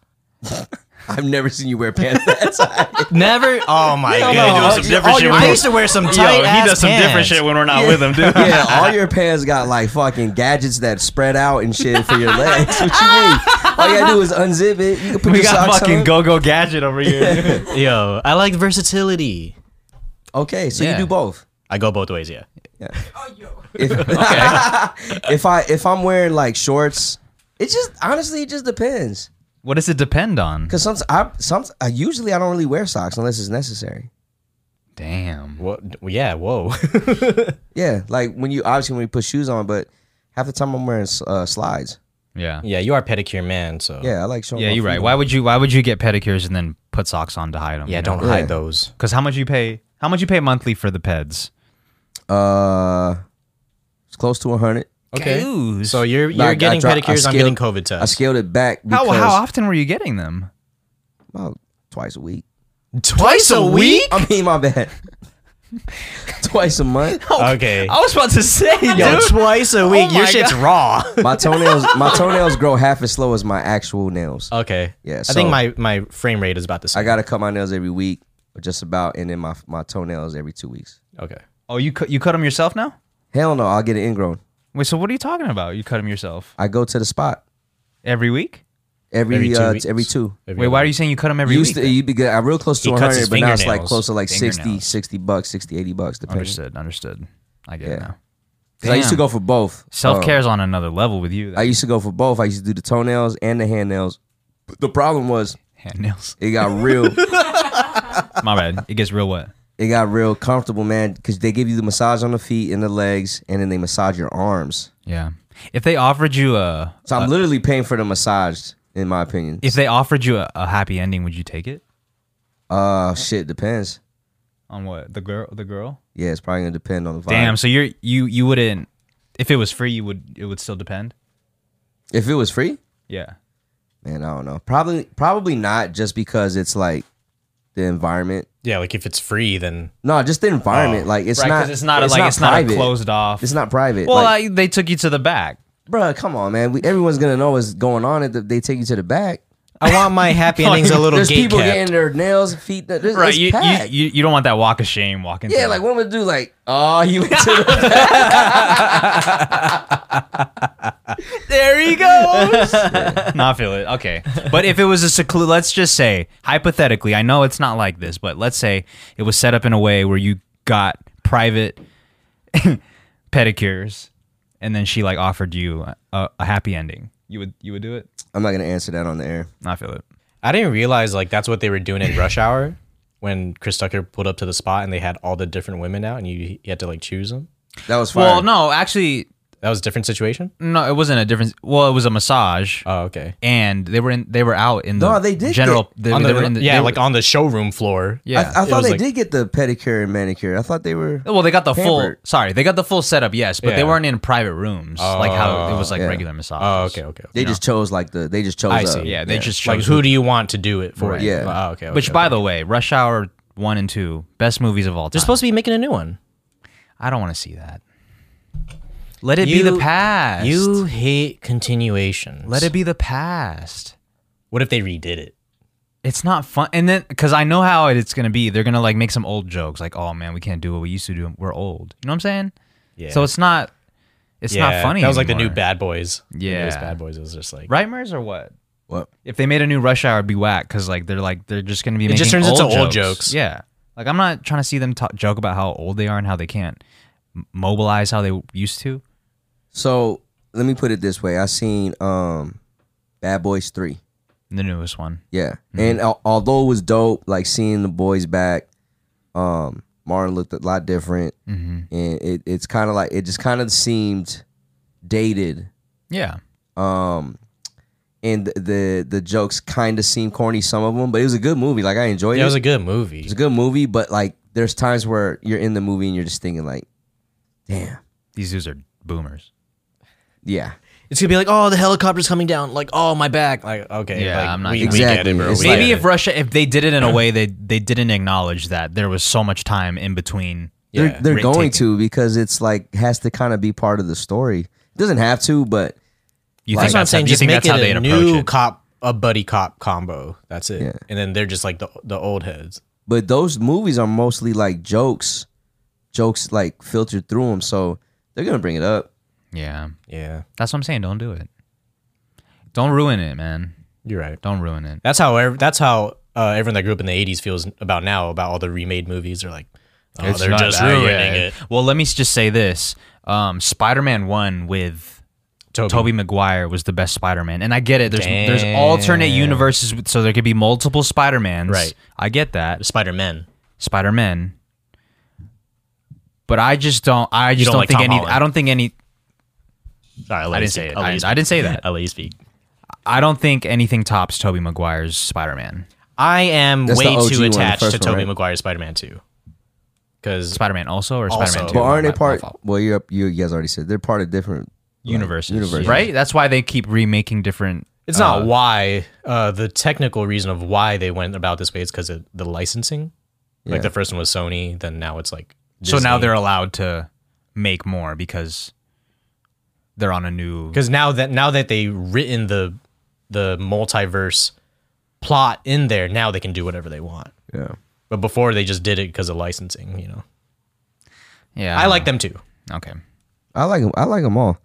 Speaker 3: I've never seen you wear pants that <laughs> tight.
Speaker 2: Never. Oh my god.
Speaker 1: no, doing some different shit when
Speaker 2: I
Speaker 1: we're-
Speaker 2: used to wear some tight ass pants.
Speaker 1: when we're not with him, dude.
Speaker 3: yeah, all your pants got like fucking gadgets that spread out and shit for your legs. What you mean? All you gotta do is unzip it. You can
Speaker 1: <laughs>
Speaker 3: put
Speaker 1: We
Speaker 3: your
Speaker 1: got
Speaker 3: socks
Speaker 1: fucking
Speaker 3: on.
Speaker 1: go go gadget over
Speaker 2: <laughs>
Speaker 1: here.
Speaker 2: Yo, I like versatility.
Speaker 3: Okay, so
Speaker 1: Yeah.
Speaker 3: you do both.
Speaker 2: I go both ways. Yeah.
Speaker 3: If,
Speaker 1: <laughs>
Speaker 3: <laughs> if I if I'm wearing like shorts, it just honestly it just depends.
Speaker 1: what does it depend on?
Speaker 3: Cause some I some I usually I don't really wear socks unless it's necessary.
Speaker 1: Damn.
Speaker 2: What? Yeah. Whoa. <laughs>
Speaker 3: Yeah, like when you obviously when you put shoes on, but half the time I'm wearing uh, slides.
Speaker 1: Yeah.
Speaker 2: yeah, you are a pedicure man. So
Speaker 3: Yeah, I like showing.
Speaker 1: Yeah,
Speaker 3: my
Speaker 1: you're
Speaker 3: feet
Speaker 1: right.
Speaker 3: off.
Speaker 1: Why would you? Why would you get pedicures and then put socks on to hide them?
Speaker 2: Yeah. Don't hide those.
Speaker 1: Because how much you pay? How much you pay monthly for the peds?
Speaker 3: Uh, it's close to 100.
Speaker 1: Goose.
Speaker 2: So you're
Speaker 3: Like,
Speaker 2: you're
Speaker 3: I
Speaker 2: getting
Speaker 3: dro- I
Speaker 2: pedicures. I'm
Speaker 3: scaled-
Speaker 2: getting COVID
Speaker 3: I
Speaker 2: tests.
Speaker 3: scaled it back
Speaker 1: how
Speaker 3: because
Speaker 1: how often were you getting them?
Speaker 3: about twice a week.
Speaker 2: Twice a week?
Speaker 3: I mean, my bad. <laughs> twice a month.
Speaker 2: Okay.
Speaker 1: I was about to say,
Speaker 2: <laughs> Yo,
Speaker 1: dude.
Speaker 2: twice a week. Your
Speaker 1: my
Speaker 2: shit's raw.
Speaker 3: My toenails, my toenails grow half as slow as my actual
Speaker 2: <laughs>
Speaker 3: nails.
Speaker 2: okay.
Speaker 3: Yeah,
Speaker 2: I think
Speaker 3: so-
Speaker 2: my my frame rate is about the
Speaker 3: I
Speaker 2: same.
Speaker 3: gotta cut my nails every week, or just about, and then my my toenails every two weeks.
Speaker 2: okay.
Speaker 1: Oh, you cut you cut them yourself now?
Speaker 3: Hell no, I'll get it ingrown.
Speaker 1: Wait, so what are you talking about? You cut them yourself
Speaker 3: I go to the spot
Speaker 1: every week?
Speaker 3: every
Speaker 2: Every two
Speaker 3: uh,
Speaker 2: weeks.
Speaker 3: every two.
Speaker 1: Wait, why are you saying you cut them every
Speaker 3: used
Speaker 1: week?
Speaker 3: to you'd be good. I'm real close to
Speaker 2: He cuts
Speaker 3: 100,
Speaker 2: his
Speaker 3: but now it's like
Speaker 2: fingernails.
Speaker 3: close to like 60,
Speaker 1: Fingernails.
Speaker 3: 60 bucks, 60, 80 bucks, depending.
Speaker 1: understood, understood. I get
Speaker 3: Yeah.
Speaker 1: it now.
Speaker 3: 'Cause I used to
Speaker 1: Damn.
Speaker 3: go for both.
Speaker 1: Self
Speaker 3: Um,
Speaker 1: care's on another level with you.
Speaker 3: I used to go for both. I used to do the toenails and the hand nails. But the problem was
Speaker 1: <laughs> hand nails.
Speaker 3: it got
Speaker 2: <laughs>
Speaker 3: real.
Speaker 1: My bad. It gets real wet.
Speaker 3: it got real comfortable, man, because they give you the massage on the feet and the legs, and then they massage your arms.
Speaker 1: Yeah. If they offered you a
Speaker 3: So I'm literally paying for the massage, in my opinion.
Speaker 1: if they offered you a, a happy ending, would you take it?
Speaker 3: Uh, shit depends.
Speaker 1: On what? The girl the girl?
Speaker 3: Yeah, it's probably gonna depend on the vibe.
Speaker 1: Damn, so you're you you wouldn't if it was free you would it would still depend?
Speaker 3: If it was free,
Speaker 1: Yeah.
Speaker 3: man, I don't know. Probably, probably not, just because it's like the environment.
Speaker 2: Yeah, like if it's free, then
Speaker 3: No, just the environment. like it's
Speaker 1: Oh. right,
Speaker 3: not.
Speaker 1: 'cause it's not a- like it's not a
Speaker 3: private.
Speaker 1: closed off.
Speaker 3: It's not private.
Speaker 1: Well,
Speaker 3: like,
Speaker 1: I, they took you to the back.
Speaker 3: bruh, come on, man. We, everyone's gonna know what's going on. If they take you to the back,
Speaker 2: <laughs> I want my happy endings a little
Speaker 3: there's
Speaker 2: gate
Speaker 3: people
Speaker 2: kept.
Speaker 3: getting their nails, feet. There's, right,
Speaker 1: Right,
Speaker 3: it's
Speaker 1: you, you,
Speaker 3: packed.
Speaker 1: you you don't want that walk of shame walking.
Speaker 3: yeah,
Speaker 1: through.
Speaker 3: like what am I gonna do? Like, oh, you
Speaker 1: <laughs>
Speaker 3: went to the
Speaker 1: there he goes. no, I feel it. Okay, but if it was a seclude, let's just say hypothetically, I know it's not like this, but let's say it was set up in a way where you got private <laughs> pedicures, and then she like offered you a, a happy ending. You would you would do it?
Speaker 3: I'm not gonna answer that on the air.
Speaker 1: No, I feel it.
Speaker 2: I didn't realize like that's what they were doing in rush hour when Chris Tucker pulled up to the spot and they had all the different women out and you, you had to like choose them.
Speaker 3: That was fire.
Speaker 1: Well, no, actually,
Speaker 2: That was a different situation.
Speaker 1: no, it wasn't a difference. Well, it was a massage. uh,
Speaker 2: Oh, okay.
Speaker 1: and they were in, they were out in the
Speaker 3: No, they did
Speaker 1: general
Speaker 3: get-
Speaker 1: they,
Speaker 2: on
Speaker 1: they
Speaker 2: the,
Speaker 1: were in the,
Speaker 2: yeah,
Speaker 1: they were-
Speaker 2: like on the showroom floor.
Speaker 1: yeah
Speaker 3: I, I
Speaker 2: it
Speaker 3: thought
Speaker 2: was
Speaker 3: they
Speaker 2: like-
Speaker 3: did get the pedicure and manicure. I thought they were.
Speaker 1: Well, they got the full.
Speaker 3: Pampered.
Speaker 1: Sorry, they got the full setup. Yes, but they
Speaker 2: Yeah.
Speaker 1: weren't in private rooms like how it was like
Speaker 3: yeah.
Speaker 1: regular massage.
Speaker 2: Oh, okay, okay.
Speaker 3: They just chose like the. They just chose.
Speaker 2: I
Speaker 3: uh,
Speaker 2: see.
Speaker 1: Yeah, they just
Speaker 2: like
Speaker 1: chose
Speaker 2: who do you want to do it for?
Speaker 1: Right.
Speaker 3: Yeah.
Speaker 2: Oh, okay.
Speaker 1: Which,
Speaker 2: okay,
Speaker 1: by
Speaker 2: okay.
Speaker 1: the way, Rush Hour one and two, best movies of all time.
Speaker 2: they're supposed to be making a new one.
Speaker 1: I don't want to see that. Let it be
Speaker 2: You-
Speaker 1: the past.
Speaker 2: You hate continuations.
Speaker 1: let it be the past.
Speaker 2: What if they redid it?
Speaker 1: It's not fun, and then because I know how it- it's gonna be, they're gonna like make some old jokes, like, "Oh man, we can't do what we used to do. We're old." You know what I'm saying?
Speaker 2: Yeah.
Speaker 1: So it's not, it's not funny.
Speaker 2: That was like the new
Speaker 1: anymore.
Speaker 2: Bad Boys.
Speaker 1: Yeah.
Speaker 2: It was Bad Boys. It was just like
Speaker 1: right, Mers, or what?
Speaker 3: What?
Speaker 1: if they made a new Rush Hour, it'd be whack because like they're like they're just gonna be. Making
Speaker 2: just turns into
Speaker 1: jokes.
Speaker 2: old jokes.
Speaker 1: Yeah, like I'm not trying to see them talk, joke about how old they are and how they can't m- mobilize how they used to.
Speaker 3: So let me put it this way: I seen um, Bad Boys Three.
Speaker 1: The newest one.
Speaker 3: Yeah,
Speaker 2: Mm-hmm.
Speaker 3: and al- although it was dope, like seeing the boys back, um, Martin looked a lot different,
Speaker 2: Mm-hmm.
Speaker 3: and it, it's kind of like it just kind of seemed dated.
Speaker 1: Yeah,
Speaker 3: Um, and the the, the jokes kind of seemed corny, some of them, but it was a good movie. Like I enjoyed
Speaker 2: Yeah,
Speaker 3: it.
Speaker 2: it was a good movie.
Speaker 3: It's a good movie, but like there's times where you're in the movie and you're just thinking like, damn,
Speaker 1: these dudes are boomers.
Speaker 3: yeah,
Speaker 2: It's gonna be like, oh, the helicopter's coming down. Like, oh, my back. Like, okay.
Speaker 1: Yeah,
Speaker 2: like,
Speaker 1: I'm not
Speaker 2: we,
Speaker 1: gonna-
Speaker 2: we get
Speaker 3: Exactly.
Speaker 2: it, bro.
Speaker 3: It's
Speaker 2: We
Speaker 3: like-
Speaker 1: Maybe
Speaker 2: get
Speaker 1: if
Speaker 2: it.
Speaker 1: Russia, if they did it in a way that they didn't acknowledge that there was so much time in between.
Speaker 2: yeah.
Speaker 3: they're they're
Speaker 1: Rick
Speaker 3: going
Speaker 1: Taken.
Speaker 3: to because it's like has to kind of be part of the story. It doesn't have to, but
Speaker 1: You think
Speaker 2: that's what I'm
Speaker 1: that's how,
Speaker 2: saying.
Speaker 1: you
Speaker 2: Just
Speaker 1: think
Speaker 2: make
Speaker 1: that's how
Speaker 2: it
Speaker 1: they'd
Speaker 2: a
Speaker 1: approach
Speaker 2: new
Speaker 1: it?
Speaker 2: cop, a buddy cop combo. That's it.
Speaker 3: Yeah.
Speaker 2: And then they're just like the the old heads.
Speaker 3: but those movies are mostly like jokes, jokes like filtered through them, so they're gonna bring it up.
Speaker 1: yeah,
Speaker 2: Yeah,
Speaker 1: that's what I'm saying. Don't do it. Don't ruin it, man.
Speaker 2: you're right.
Speaker 1: Don't ruin it.
Speaker 2: That's how ev- that's how uh, everyone that grew up in the '80s feels about now about all the remade movies. They're like, oh,
Speaker 1: It's
Speaker 2: they're
Speaker 1: not
Speaker 2: just
Speaker 1: that-
Speaker 2: ruining
Speaker 1: yeah.
Speaker 2: it.
Speaker 1: Well, let me s- just say this: um, Spider-Man One with
Speaker 2: Toby,
Speaker 1: Toby Maguire was the best Spider-Man, and I get it. There's there's alternate universes, with- so there could be multiple Spider-Mans.
Speaker 2: Right.
Speaker 1: I get that
Speaker 2: Spider Man.
Speaker 1: Spider-Man, but I just don't. I just
Speaker 2: don't
Speaker 1: don't,
Speaker 2: like
Speaker 1: think
Speaker 2: Tom
Speaker 1: any.
Speaker 2: Holland.
Speaker 1: I don't think any.
Speaker 2: Sorry,
Speaker 1: I
Speaker 2: you
Speaker 1: didn't
Speaker 2: speak.
Speaker 1: say it.
Speaker 2: I'll let
Speaker 1: I,
Speaker 2: you
Speaker 1: I
Speaker 2: speak.
Speaker 1: didn't say that.
Speaker 2: I'll let you speak.
Speaker 1: I don't think anything tops Toby Maguire's Spider-Man.
Speaker 2: I am
Speaker 3: That's the
Speaker 2: way
Speaker 3: OG
Speaker 2: too
Speaker 3: one, the
Speaker 2: attached
Speaker 3: first
Speaker 2: to
Speaker 3: one,
Speaker 2: Toby
Speaker 3: right?
Speaker 2: Maguire's Spider Man 2. Because
Speaker 1: Spider-Man also or
Speaker 2: Also.
Speaker 1: Spider-Man
Speaker 2: But
Speaker 1: Two.
Speaker 3: But aren't
Speaker 1: My-
Speaker 3: they
Speaker 1: my
Speaker 3: part?
Speaker 1: fault.
Speaker 3: Well, you're you guys already said they're part of different.
Speaker 1: universes,
Speaker 3: universes.
Speaker 1: right? That's why they keep remaking different
Speaker 2: It's not why. Uh, the technical reason of why they went about this way is because of the licensing.
Speaker 3: Yeah.
Speaker 2: Like the first one was Sony, then now it's like.
Speaker 1: So now
Speaker 2: Disney.
Speaker 1: they're allowed to make more because they're on a new.
Speaker 2: because now that now that they written the the multiverse plot in there, now they can do whatever they want.
Speaker 3: Yeah.
Speaker 2: But before they just did it because of licensing, you know.
Speaker 1: Yeah,
Speaker 2: I like them too.
Speaker 1: Okay,
Speaker 3: I like them. I like them all.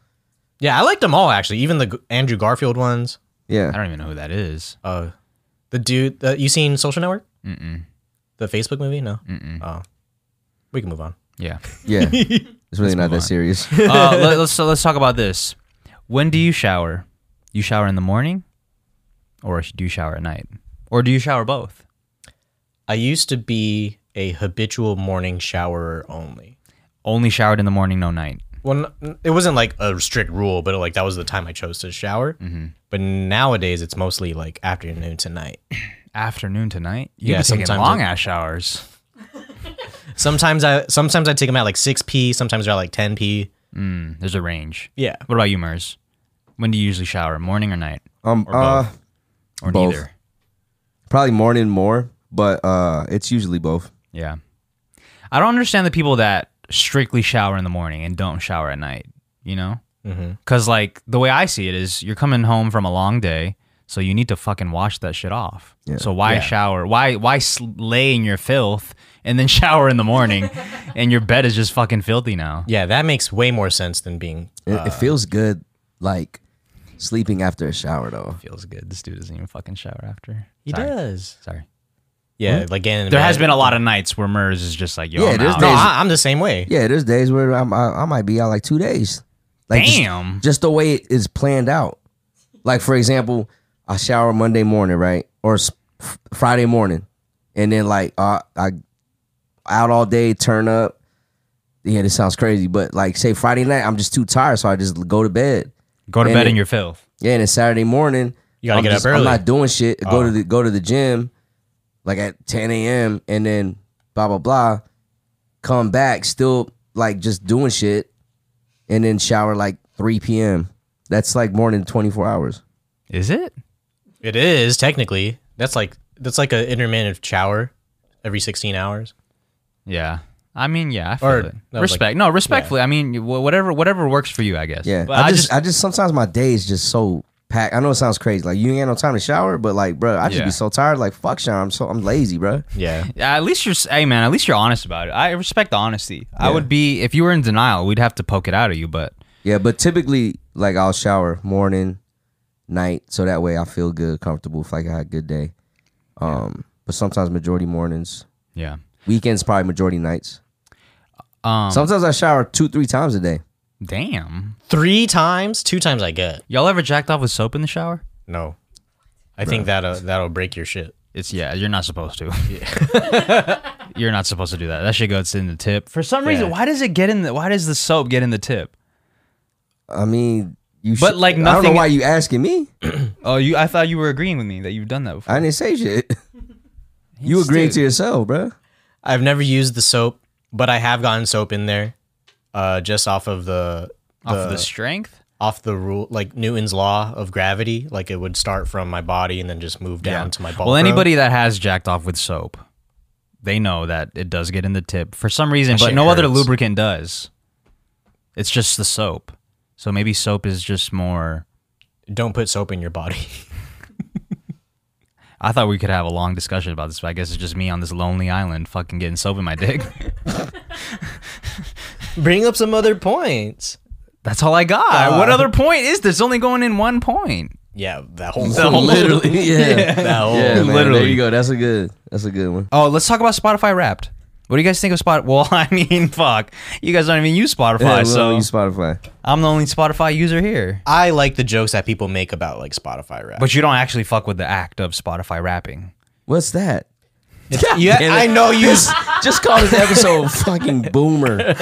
Speaker 2: Yeah, I liked them all actually. Even the G- Andrew Garfield ones.
Speaker 1: I
Speaker 3: Yeah.
Speaker 1: don't even know who that is.
Speaker 2: Uh, the dude uh, you seen Social Network? Mm-mm. The Facebook movie? No. Mm-mm. Oh, we can move on.
Speaker 1: Yeah. <laughs>
Speaker 3: Yeah. It's really not that serious.
Speaker 2: <laughs>
Speaker 1: uh, let, us so let's talk about this. When do you shower? You shower in the morning, or do you shower at night, or do you shower both?
Speaker 2: I used to be a habitual morning showerer only.
Speaker 1: Only showered in the morning, no night.
Speaker 2: Well, n- it wasn't like a strict rule, but like that was the time I chose to shower. But nowadays, it's mostly like afternoon to night.
Speaker 1: Afternoon to night. You
Speaker 2: Yeah,
Speaker 1: be taking
Speaker 2: sometimes
Speaker 1: long
Speaker 2: it-
Speaker 1: ass showers.
Speaker 2: Sometimes I sometimes I take them at like six p. Sometimes they're at like ten p.
Speaker 1: Mm, there's a range.
Speaker 2: Yeah,
Speaker 1: What about you, Mers? When do you usually shower? Morning or night,
Speaker 3: Um.
Speaker 1: <laughs> Or
Speaker 3: Uh.
Speaker 1: both. or
Speaker 3: Both.
Speaker 1: neither?
Speaker 3: Probably morning more, but uh, it's usually both.
Speaker 1: Yeah. I don't understand the people that strictly shower in the morning and don't shower at night, you know?
Speaker 3: Mm-hmm.
Speaker 1: Because, like, the way I see it is you're coming home from a long day, so you need to fucking wash that shit off. So why
Speaker 2: Yeah.
Speaker 1: shower? Why why sl- lay in your filth and then <laughs> shower in the
Speaker 2: <laughs>
Speaker 1: morning and your bed is just fucking filthy now?
Speaker 2: yeah, that makes way more sense than being
Speaker 3: It,
Speaker 1: Uh.
Speaker 3: it feels good, like sleeping after a shower though.
Speaker 1: Feels good. This dude doesn't even fucking shower after.
Speaker 2: he
Speaker 1: Sorry.
Speaker 2: does. Hmm?
Speaker 1: Sorry.
Speaker 2: Yeah, like getting
Speaker 1: There has been a lot of nights where Murs is just like, yo,
Speaker 3: Yeah,
Speaker 1: I'm
Speaker 3: there's
Speaker 1: out.
Speaker 2: No, I, I'm the same way.
Speaker 3: Yeah, there's days where I'm, I I might be out like two days. Like just-
Speaker 1: Damn.
Speaker 3: Just, the way it is planned out. Like for example, I shower Monday morning, right, or s- f- Friday morning, and then like uh, I out all day, turn up. Yeah, this sounds crazy, but like say Friday night, I'm just too tired, so I just go to bed.
Speaker 1: Go to
Speaker 3: And
Speaker 1: bed
Speaker 3: it-
Speaker 1: in your filth.
Speaker 3: Yeah, and then Saturday morning,
Speaker 2: You gotta
Speaker 3: I'm
Speaker 2: get up
Speaker 3: just-
Speaker 2: early. Oh.
Speaker 3: I'm not doing shit. Go to the go to the gym, like at 10 a.m. and then blah blah blah. Come back, still like just doing shit, and then shower like 3 p.m. That's like more than 24 hours.
Speaker 1: Is it?
Speaker 2: It is technically that's like that's like an intermittent shower every sixteen hours.
Speaker 1: Yeah. I mean, yeah, I feel
Speaker 2: Or-
Speaker 1: it.
Speaker 2: no, like-
Speaker 1: Respect. no, respectfully. I mean, wh- whatever, whatever works for you, I guess.
Speaker 3: Yeah,
Speaker 1: But
Speaker 3: I, just, I just sometimes my day is just so packed. I know it sounds crazy, like you ain't got no time to shower, but like, bro, I just
Speaker 1: Yeah.
Speaker 3: be so tired. Like, fuck shower. I'm so I'm lazy, bro.
Speaker 2: Yeah,
Speaker 1: at least you're, s- hey man, at least you're honest about it. I respect the honesty. I would be if you were in denial, we'd have to poke it out of you. But
Speaker 3: Yeah, but typically, like I'll shower morning, night, so that way I feel good, comfortable, if like I had a good day. Um, but sometimes majority mornings,
Speaker 1: yeah,
Speaker 3: weekends probably majority nights.
Speaker 1: um,
Speaker 3: Sometimes I shower two, three times a day.
Speaker 1: damn,
Speaker 2: three times, two times I get
Speaker 1: y'all ever jacked off with soap in the shower?
Speaker 2: no. I think that uh, that'll break your shit.
Speaker 1: It's yeah, you're not supposed to. <laughs> you're not supposed to do that. That shit goes in the tip. For some reason,
Speaker 2: Yeah.
Speaker 1: why does it get in the? Why does the soap get in the tip?
Speaker 3: I mean, you.
Speaker 1: But,
Speaker 3: should-
Speaker 1: like,
Speaker 3: I don't know
Speaker 1: nothing-
Speaker 3: why you asking me.
Speaker 1: Oh, you? I thought you were agreeing with me that you've done that before.
Speaker 3: I didn't say shit. <laughs> you agreeing to
Speaker 1: <laughs>
Speaker 3: yourself, bro.
Speaker 2: I've never used the soap, but I have gotten soap in there, uh, just off of the,
Speaker 1: off of the strength.
Speaker 2: off the rule like Newton's law of gravity. Like it would start from my body and then just move down to my ball.
Speaker 1: Well, anybody that has jacked off with soap, they know that it does get in the tip for some reason, but
Speaker 2: shit
Speaker 1: no other
Speaker 2: hurts.
Speaker 1: lubricant does. It's just the soap. So maybe soap is just more.
Speaker 2: don't put soap in your body. <laughs>
Speaker 1: I thought we could have a long discussion about this, but I guess it's just me on this lonely island fucking getting soap in my dick. <laughs>
Speaker 2: Bring up some other points.
Speaker 1: That's all I got.
Speaker 3: Uh,
Speaker 1: what other point is this? Only going in one point.
Speaker 2: Yeah, <laughs> that whole,
Speaker 1: Oh,
Speaker 3: Literally, <laughs> yeah.
Speaker 2: that whole
Speaker 3: Yeah, man, There
Speaker 1: Literally.
Speaker 3: you go. That's a good. That's a good one.
Speaker 1: Oh, let's talk about Spotify Wrapped. What do you guys think of Spotify? <laughs> Well, I mean, fuck. You guys don't even use Spotify,
Speaker 3: Yeah, we
Speaker 1: so
Speaker 3: only use Spotify.
Speaker 1: I'm the only Spotify user here.
Speaker 2: I like the jokes that people make about like Spotify rap.
Speaker 1: But you don't actually fuck with the act of Spotify rapping.
Speaker 3: What's that?
Speaker 2: yeah,
Speaker 3: Damn it.
Speaker 2: I know you.
Speaker 3: Just call
Speaker 1: <laughs>
Speaker 3: this episode "fucking boomer."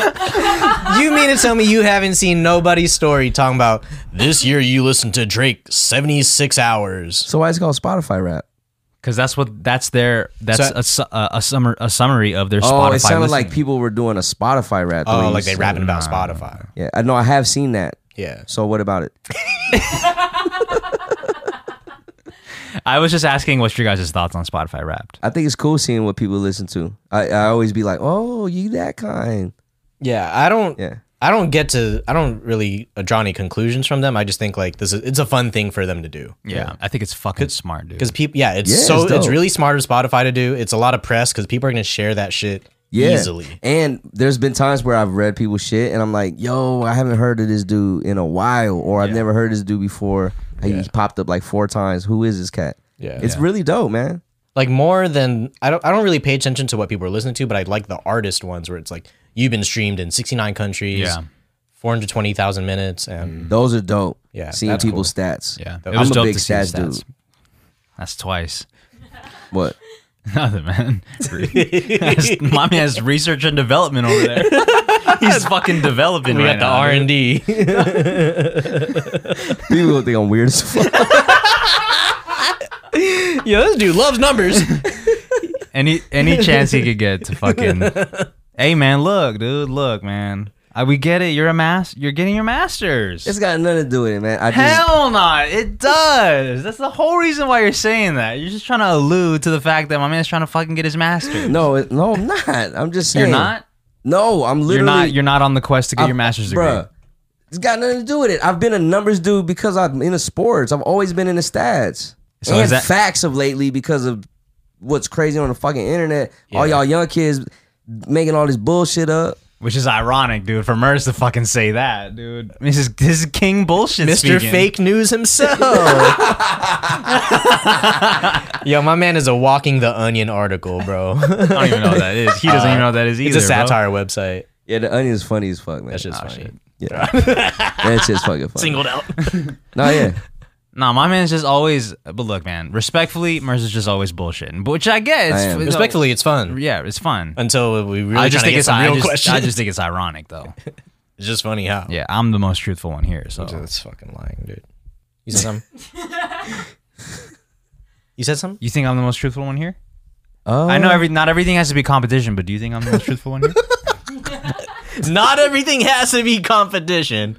Speaker 2: you mean to tell me you haven't seen nobody's story talking about this year? You listened to Drake seventy six hours.
Speaker 3: So why is it called Spotify rap?
Speaker 1: Because that's what that's their that's
Speaker 2: So-
Speaker 1: a, su- a, a summer a summary of their
Speaker 3: Oh,
Speaker 1: Spotify.
Speaker 3: it sounded like
Speaker 1: listening.
Speaker 3: people were doing a Spotify rap. the way
Speaker 2: Oh,
Speaker 3: you
Speaker 2: like they
Speaker 3: said
Speaker 2: rapping
Speaker 3: it.
Speaker 2: about Spotify.
Speaker 3: Yeah, I know. I have seen that.
Speaker 2: Yeah.
Speaker 3: So what about it?
Speaker 1: I was just asking what's your guys' thoughts on Spotify Wrapped.
Speaker 3: I think it's cool seeing what people listen to. I, I always be like, oh, you that kind.
Speaker 2: Yeah, I don't.
Speaker 3: Yeah.
Speaker 2: I don't get to. I don't really uh, draw any conclusions from them. I just think like this is. It's a fun thing for them to do
Speaker 1: Yeah, I think it's fucking smart, dude.
Speaker 2: because people. Yeah, it's
Speaker 3: Yeah,
Speaker 2: so.
Speaker 3: it's
Speaker 2: It's,
Speaker 3: dope.
Speaker 2: really smart of Spotify to do. It's a lot of press because people are gonna share that shit
Speaker 3: Yeah.
Speaker 2: easily.
Speaker 3: And there's been times where I've read people's shit and I'm like, yo, I haven't heard of this dude in a while, or I've never heard of this dude before. He popped up like four times. Who is this cat?
Speaker 2: Yeah.
Speaker 3: It's really dope, man.
Speaker 2: Like more than I don't. I don't really pay attention to what people are listening to, but I like the artist ones where it's like you've been streamed in 69 countries.
Speaker 1: Yeah. Mm.
Speaker 2: 420,000 minutes and
Speaker 3: Those are dope.
Speaker 2: Yeah,
Speaker 3: Seeing
Speaker 2: that's
Speaker 3: people's stats.
Speaker 1: yeah,
Speaker 2: I'm
Speaker 1: it was
Speaker 3: I'm a
Speaker 1: dope
Speaker 3: big
Speaker 1: to see the
Speaker 3: stats dude.
Speaker 1: That's twice. <laughs>
Speaker 3: What?
Speaker 1: Nothing,
Speaker 3: <laughs>
Speaker 1: man. That's- my man's research and development over there. <laughs> He's fucking developing
Speaker 2: we
Speaker 1: right
Speaker 2: got the
Speaker 1: now.
Speaker 2: R and D. <laughs>
Speaker 3: People gonna think I'm weird as fuck.
Speaker 2: <laughs> Yo, this dude loves numbers.
Speaker 1: <laughs> Any any chance he could get to
Speaker 2: <laughs>
Speaker 1: fucking. hey man, look, dude, look, man. I, we get it. You're a mas. You're getting your masters.
Speaker 3: it's got nothing to do with it, man. I just,
Speaker 1: Hell not. It does. That's the whole reason why you're saying that. You're just trying to allude to the fact that my man's trying to fucking get his master's.
Speaker 3: no, it, no, I'm not. I'm just saying.
Speaker 1: You're not.
Speaker 3: No, I'm literally.
Speaker 1: You're not. You're not on the quest to get
Speaker 3: I-
Speaker 1: your master's degree.
Speaker 3: bruh, It's got nothing to do with it. I've been a numbers dude because I'm into sports. I've always been into stats
Speaker 1: So
Speaker 3: and
Speaker 1: is that-
Speaker 3: facts of lately because of what's crazy on the fucking internet. All y'all young kids making all this bullshit up.
Speaker 1: Which is ironic, dude, for Merz to fucking say that, dude. This is this is king bullshit.
Speaker 2: Mr.
Speaker 1: speaking.
Speaker 2: Fake News
Speaker 1: <laughs>
Speaker 2: himself. Yo, my man is a walking the onion article,
Speaker 1: <laughs>
Speaker 2: bro.
Speaker 1: I don't even know what that is. He doesn't even know what that is either.
Speaker 2: it's a
Speaker 1: bro.
Speaker 2: satire website.
Speaker 3: Yeah, the onion's funny as fuck, man.
Speaker 2: That's just funny.
Speaker 1: shit. <laughs>
Speaker 3: yeah. that shit's fucking funny.
Speaker 2: Singled out.
Speaker 3: No, yeah.
Speaker 1: Nah, my man's just always. But look, man, respectfully, Merz is just always bullshitting, but- which I get. It's,
Speaker 3: I am.
Speaker 1: it's-
Speaker 2: Respectfully,
Speaker 1: <laughs>
Speaker 2: it's fun.
Speaker 1: yeah, it's fun.
Speaker 2: Until we really
Speaker 1: I just think it's
Speaker 2: a
Speaker 1: I
Speaker 2: real
Speaker 1: just,
Speaker 2: question.
Speaker 1: I just think it's ironic though.
Speaker 2: <laughs> it's just funny how.
Speaker 1: Yeah, I'm the most truthful one here. So
Speaker 2: That's fucking lying, dude. You said <laughs> something. you said something.
Speaker 1: you think I'm the most truthful one here?
Speaker 3: Oh,
Speaker 1: I know every not everything has to be competition, but do you think I'm the most truthful one here?
Speaker 2: Not everything has to be competition.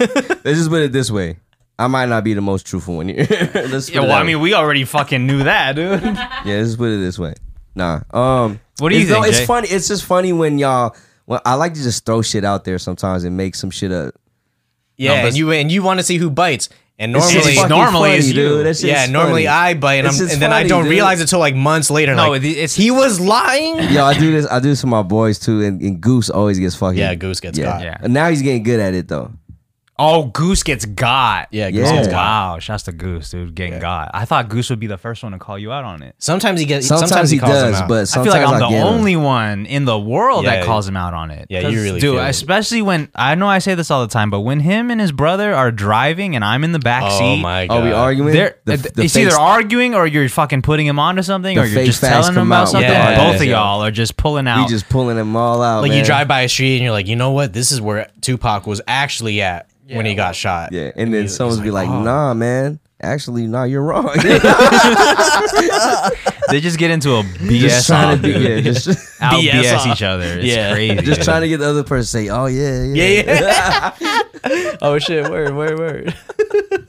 Speaker 3: Let's just put it this way. I might not be the most truthful one here. <laughs> Let's put
Speaker 1: yeah,
Speaker 3: it
Speaker 1: well,
Speaker 3: that
Speaker 1: I mean, we already fucking knew that, dude.
Speaker 3: Yeah, let's put it this way. Nah. Um
Speaker 1: What do you
Speaker 3: it's, no,
Speaker 1: think, Jay?
Speaker 3: it's funny. It's just funny when y'all well, I like to just throw shit out there sometimes and make some shit up.
Speaker 2: Yeah,
Speaker 1: but-
Speaker 2: and you and you want to see who bites. And
Speaker 3: It's just
Speaker 2: normally,
Speaker 3: fucking
Speaker 1: normally
Speaker 3: funny,
Speaker 1: it's you.
Speaker 3: dude. That shit's
Speaker 2: yeah, normally
Speaker 3: funny.
Speaker 2: I bite, and, I'm,
Speaker 3: It's
Speaker 2: and
Speaker 3: just
Speaker 2: then I
Speaker 3: funny,
Speaker 2: don't
Speaker 3: dude.
Speaker 2: realize until like months later. No,
Speaker 1: No,
Speaker 2: like,
Speaker 1: it- it's-
Speaker 2: he was lying.
Speaker 3: Yo, I do this. I do this to my boys too, and, and Goose always gets fucking.
Speaker 2: Yeah, Goose gets
Speaker 3: yeah.
Speaker 2: caught.
Speaker 1: Yeah.
Speaker 3: And now he's getting good at it though.
Speaker 1: <laughs> Oh, Goose gets got.
Speaker 2: Yeah,
Speaker 3: Goose Yeah. gets got.
Speaker 1: Wow, shouts to Goose, dude, getting got. I thought Goose would be the first one to call you out on it.
Speaker 2: Sometimes he gets.
Speaker 3: Sometimes, he
Speaker 2: calls him
Speaker 3: does,
Speaker 2: out.
Speaker 3: but sometimes
Speaker 1: I feel like I'm the
Speaker 3: get him.
Speaker 1: only one in the world
Speaker 2: Yeah.
Speaker 1: that calls him out on it.
Speaker 2: Yeah, you
Speaker 1: 'Cause,
Speaker 2: really
Speaker 1: dude.
Speaker 2: feel it.
Speaker 1: Especially when I know I say this all the time, but when him and his brother are driving and I'm in the back
Speaker 2: oh
Speaker 1: seat,
Speaker 2: my god.
Speaker 3: Are we arguing?
Speaker 1: they're
Speaker 2: uh,
Speaker 3: The-
Speaker 1: it's
Speaker 3: the
Speaker 1: either
Speaker 3: face-
Speaker 1: arguing or you're fucking putting him onto something
Speaker 3: The
Speaker 1: or you're
Speaker 3: fake
Speaker 1: just
Speaker 3: facts
Speaker 1: telling him
Speaker 3: come
Speaker 1: about
Speaker 3: out.
Speaker 1: something.
Speaker 2: Yeah.
Speaker 1: Both of
Speaker 3: Yeah.
Speaker 1: y'all are just pulling out.
Speaker 3: we just pulling them all out.
Speaker 2: Like
Speaker 3: man.
Speaker 2: you drive by a street and you're like, you know what? This is where Tupac was actually at when he got shot.
Speaker 3: Yeah, and then
Speaker 2: he's-
Speaker 3: someone's
Speaker 2: he's
Speaker 3: be
Speaker 2: like,
Speaker 3: like,
Speaker 2: "Oh."
Speaker 3: "Nah, man. Actually, nah,
Speaker 2: <laughs>
Speaker 3: you're wrong." <laughs>
Speaker 1: they just get into a
Speaker 3: just
Speaker 1: BS
Speaker 3: trying
Speaker 1: off,
Speaker 3: to be,
Speaker 1: dude.
Speaker 2: <laughs>
Speaker 3: yeah, just
Speaker 1: <laughs> Out
Speaker 2: BS
Speaker 1: BS,
Speaker 2: off.
Speaker 1: each other. It's
Speaker 2: Yeah.
Speaker 1: crazy.
Speaker 3: just trying to get the other person to say, "Oh yeah, yeah."
Speaker 2: <laughs> oh shit! Word, word, word.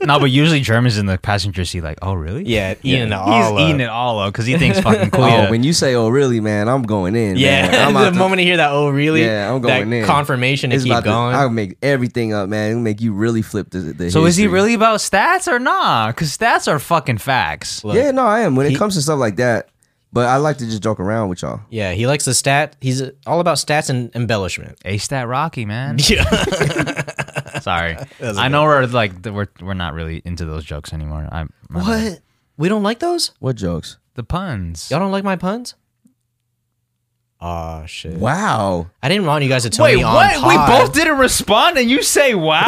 Speaker 1: <laughs> no, but usually German's in the passenger seat, like, oh really?
Speaker 2: Yeah, eating it
Speaker 1: He's
Speaker 2: all.
Speaker 1: eating
Speaker 2: up.
Speaker 1: it all up because he
Speaker 3: <laughs>
Speaker 1: thinks fucking cool.
Speaker 3: Oh,
Speaker 1: yeah.
Speaker 3: when you say, "Oh really, man," I'm going in.
Speaker 2: Yeah, <laughs>
Speaker 3: man. I'm out
Speaker 2: the
Speaker 3: to-
Speaker 2: moment you hear that, oh really?
Speaker 3: Yeah, I'm going
Speaker 2: that
Speaker 3: in.
Speaker 2: Confirmation to
Speaker 3: It's
Speaker 2: keep
Speaker 3: about to-
Speaker 2: going.
Speaker 3: I'll make everything up, man. It'll make you really flip the. the
Speaker 1: So is he
Speaker 3: history.
Speaker 1: really about stats or nah? Because stats are fucking facts.
Speaker 2: Look,
Speaker 3: Yeah, no, I am. When
Speaker 2: He-
Speaker 3: it comes to stuff like that, but I like to just joke around with y'all.
Speaker 2: yeah, he likes the stat. He's uh, all about stats and embellishment.
Speaker 1: A stat Rocky,
Speaker 3: <laughs>
Speaker 1: man.
Speaker 2: Yeah.
Speaker 1: <laughs> Sorry,
Speaker 2: That's
Speaker 1: I know we're like th- we're we're not really into those jokes anymore. I'm my bad.
Speaker 2: What? We don't like those?
Speaker 3: What jokes?
Speaker 1: the puns?
Speaker 2: Y'all don't like my puns? Oh shit.
Speaker 3: Wow.
Speaker 2: I didn't want you guys to tell me on
Speaker 1: We
Speaker 2: pod.
Speaker 1: both didn't respond, and you say wow.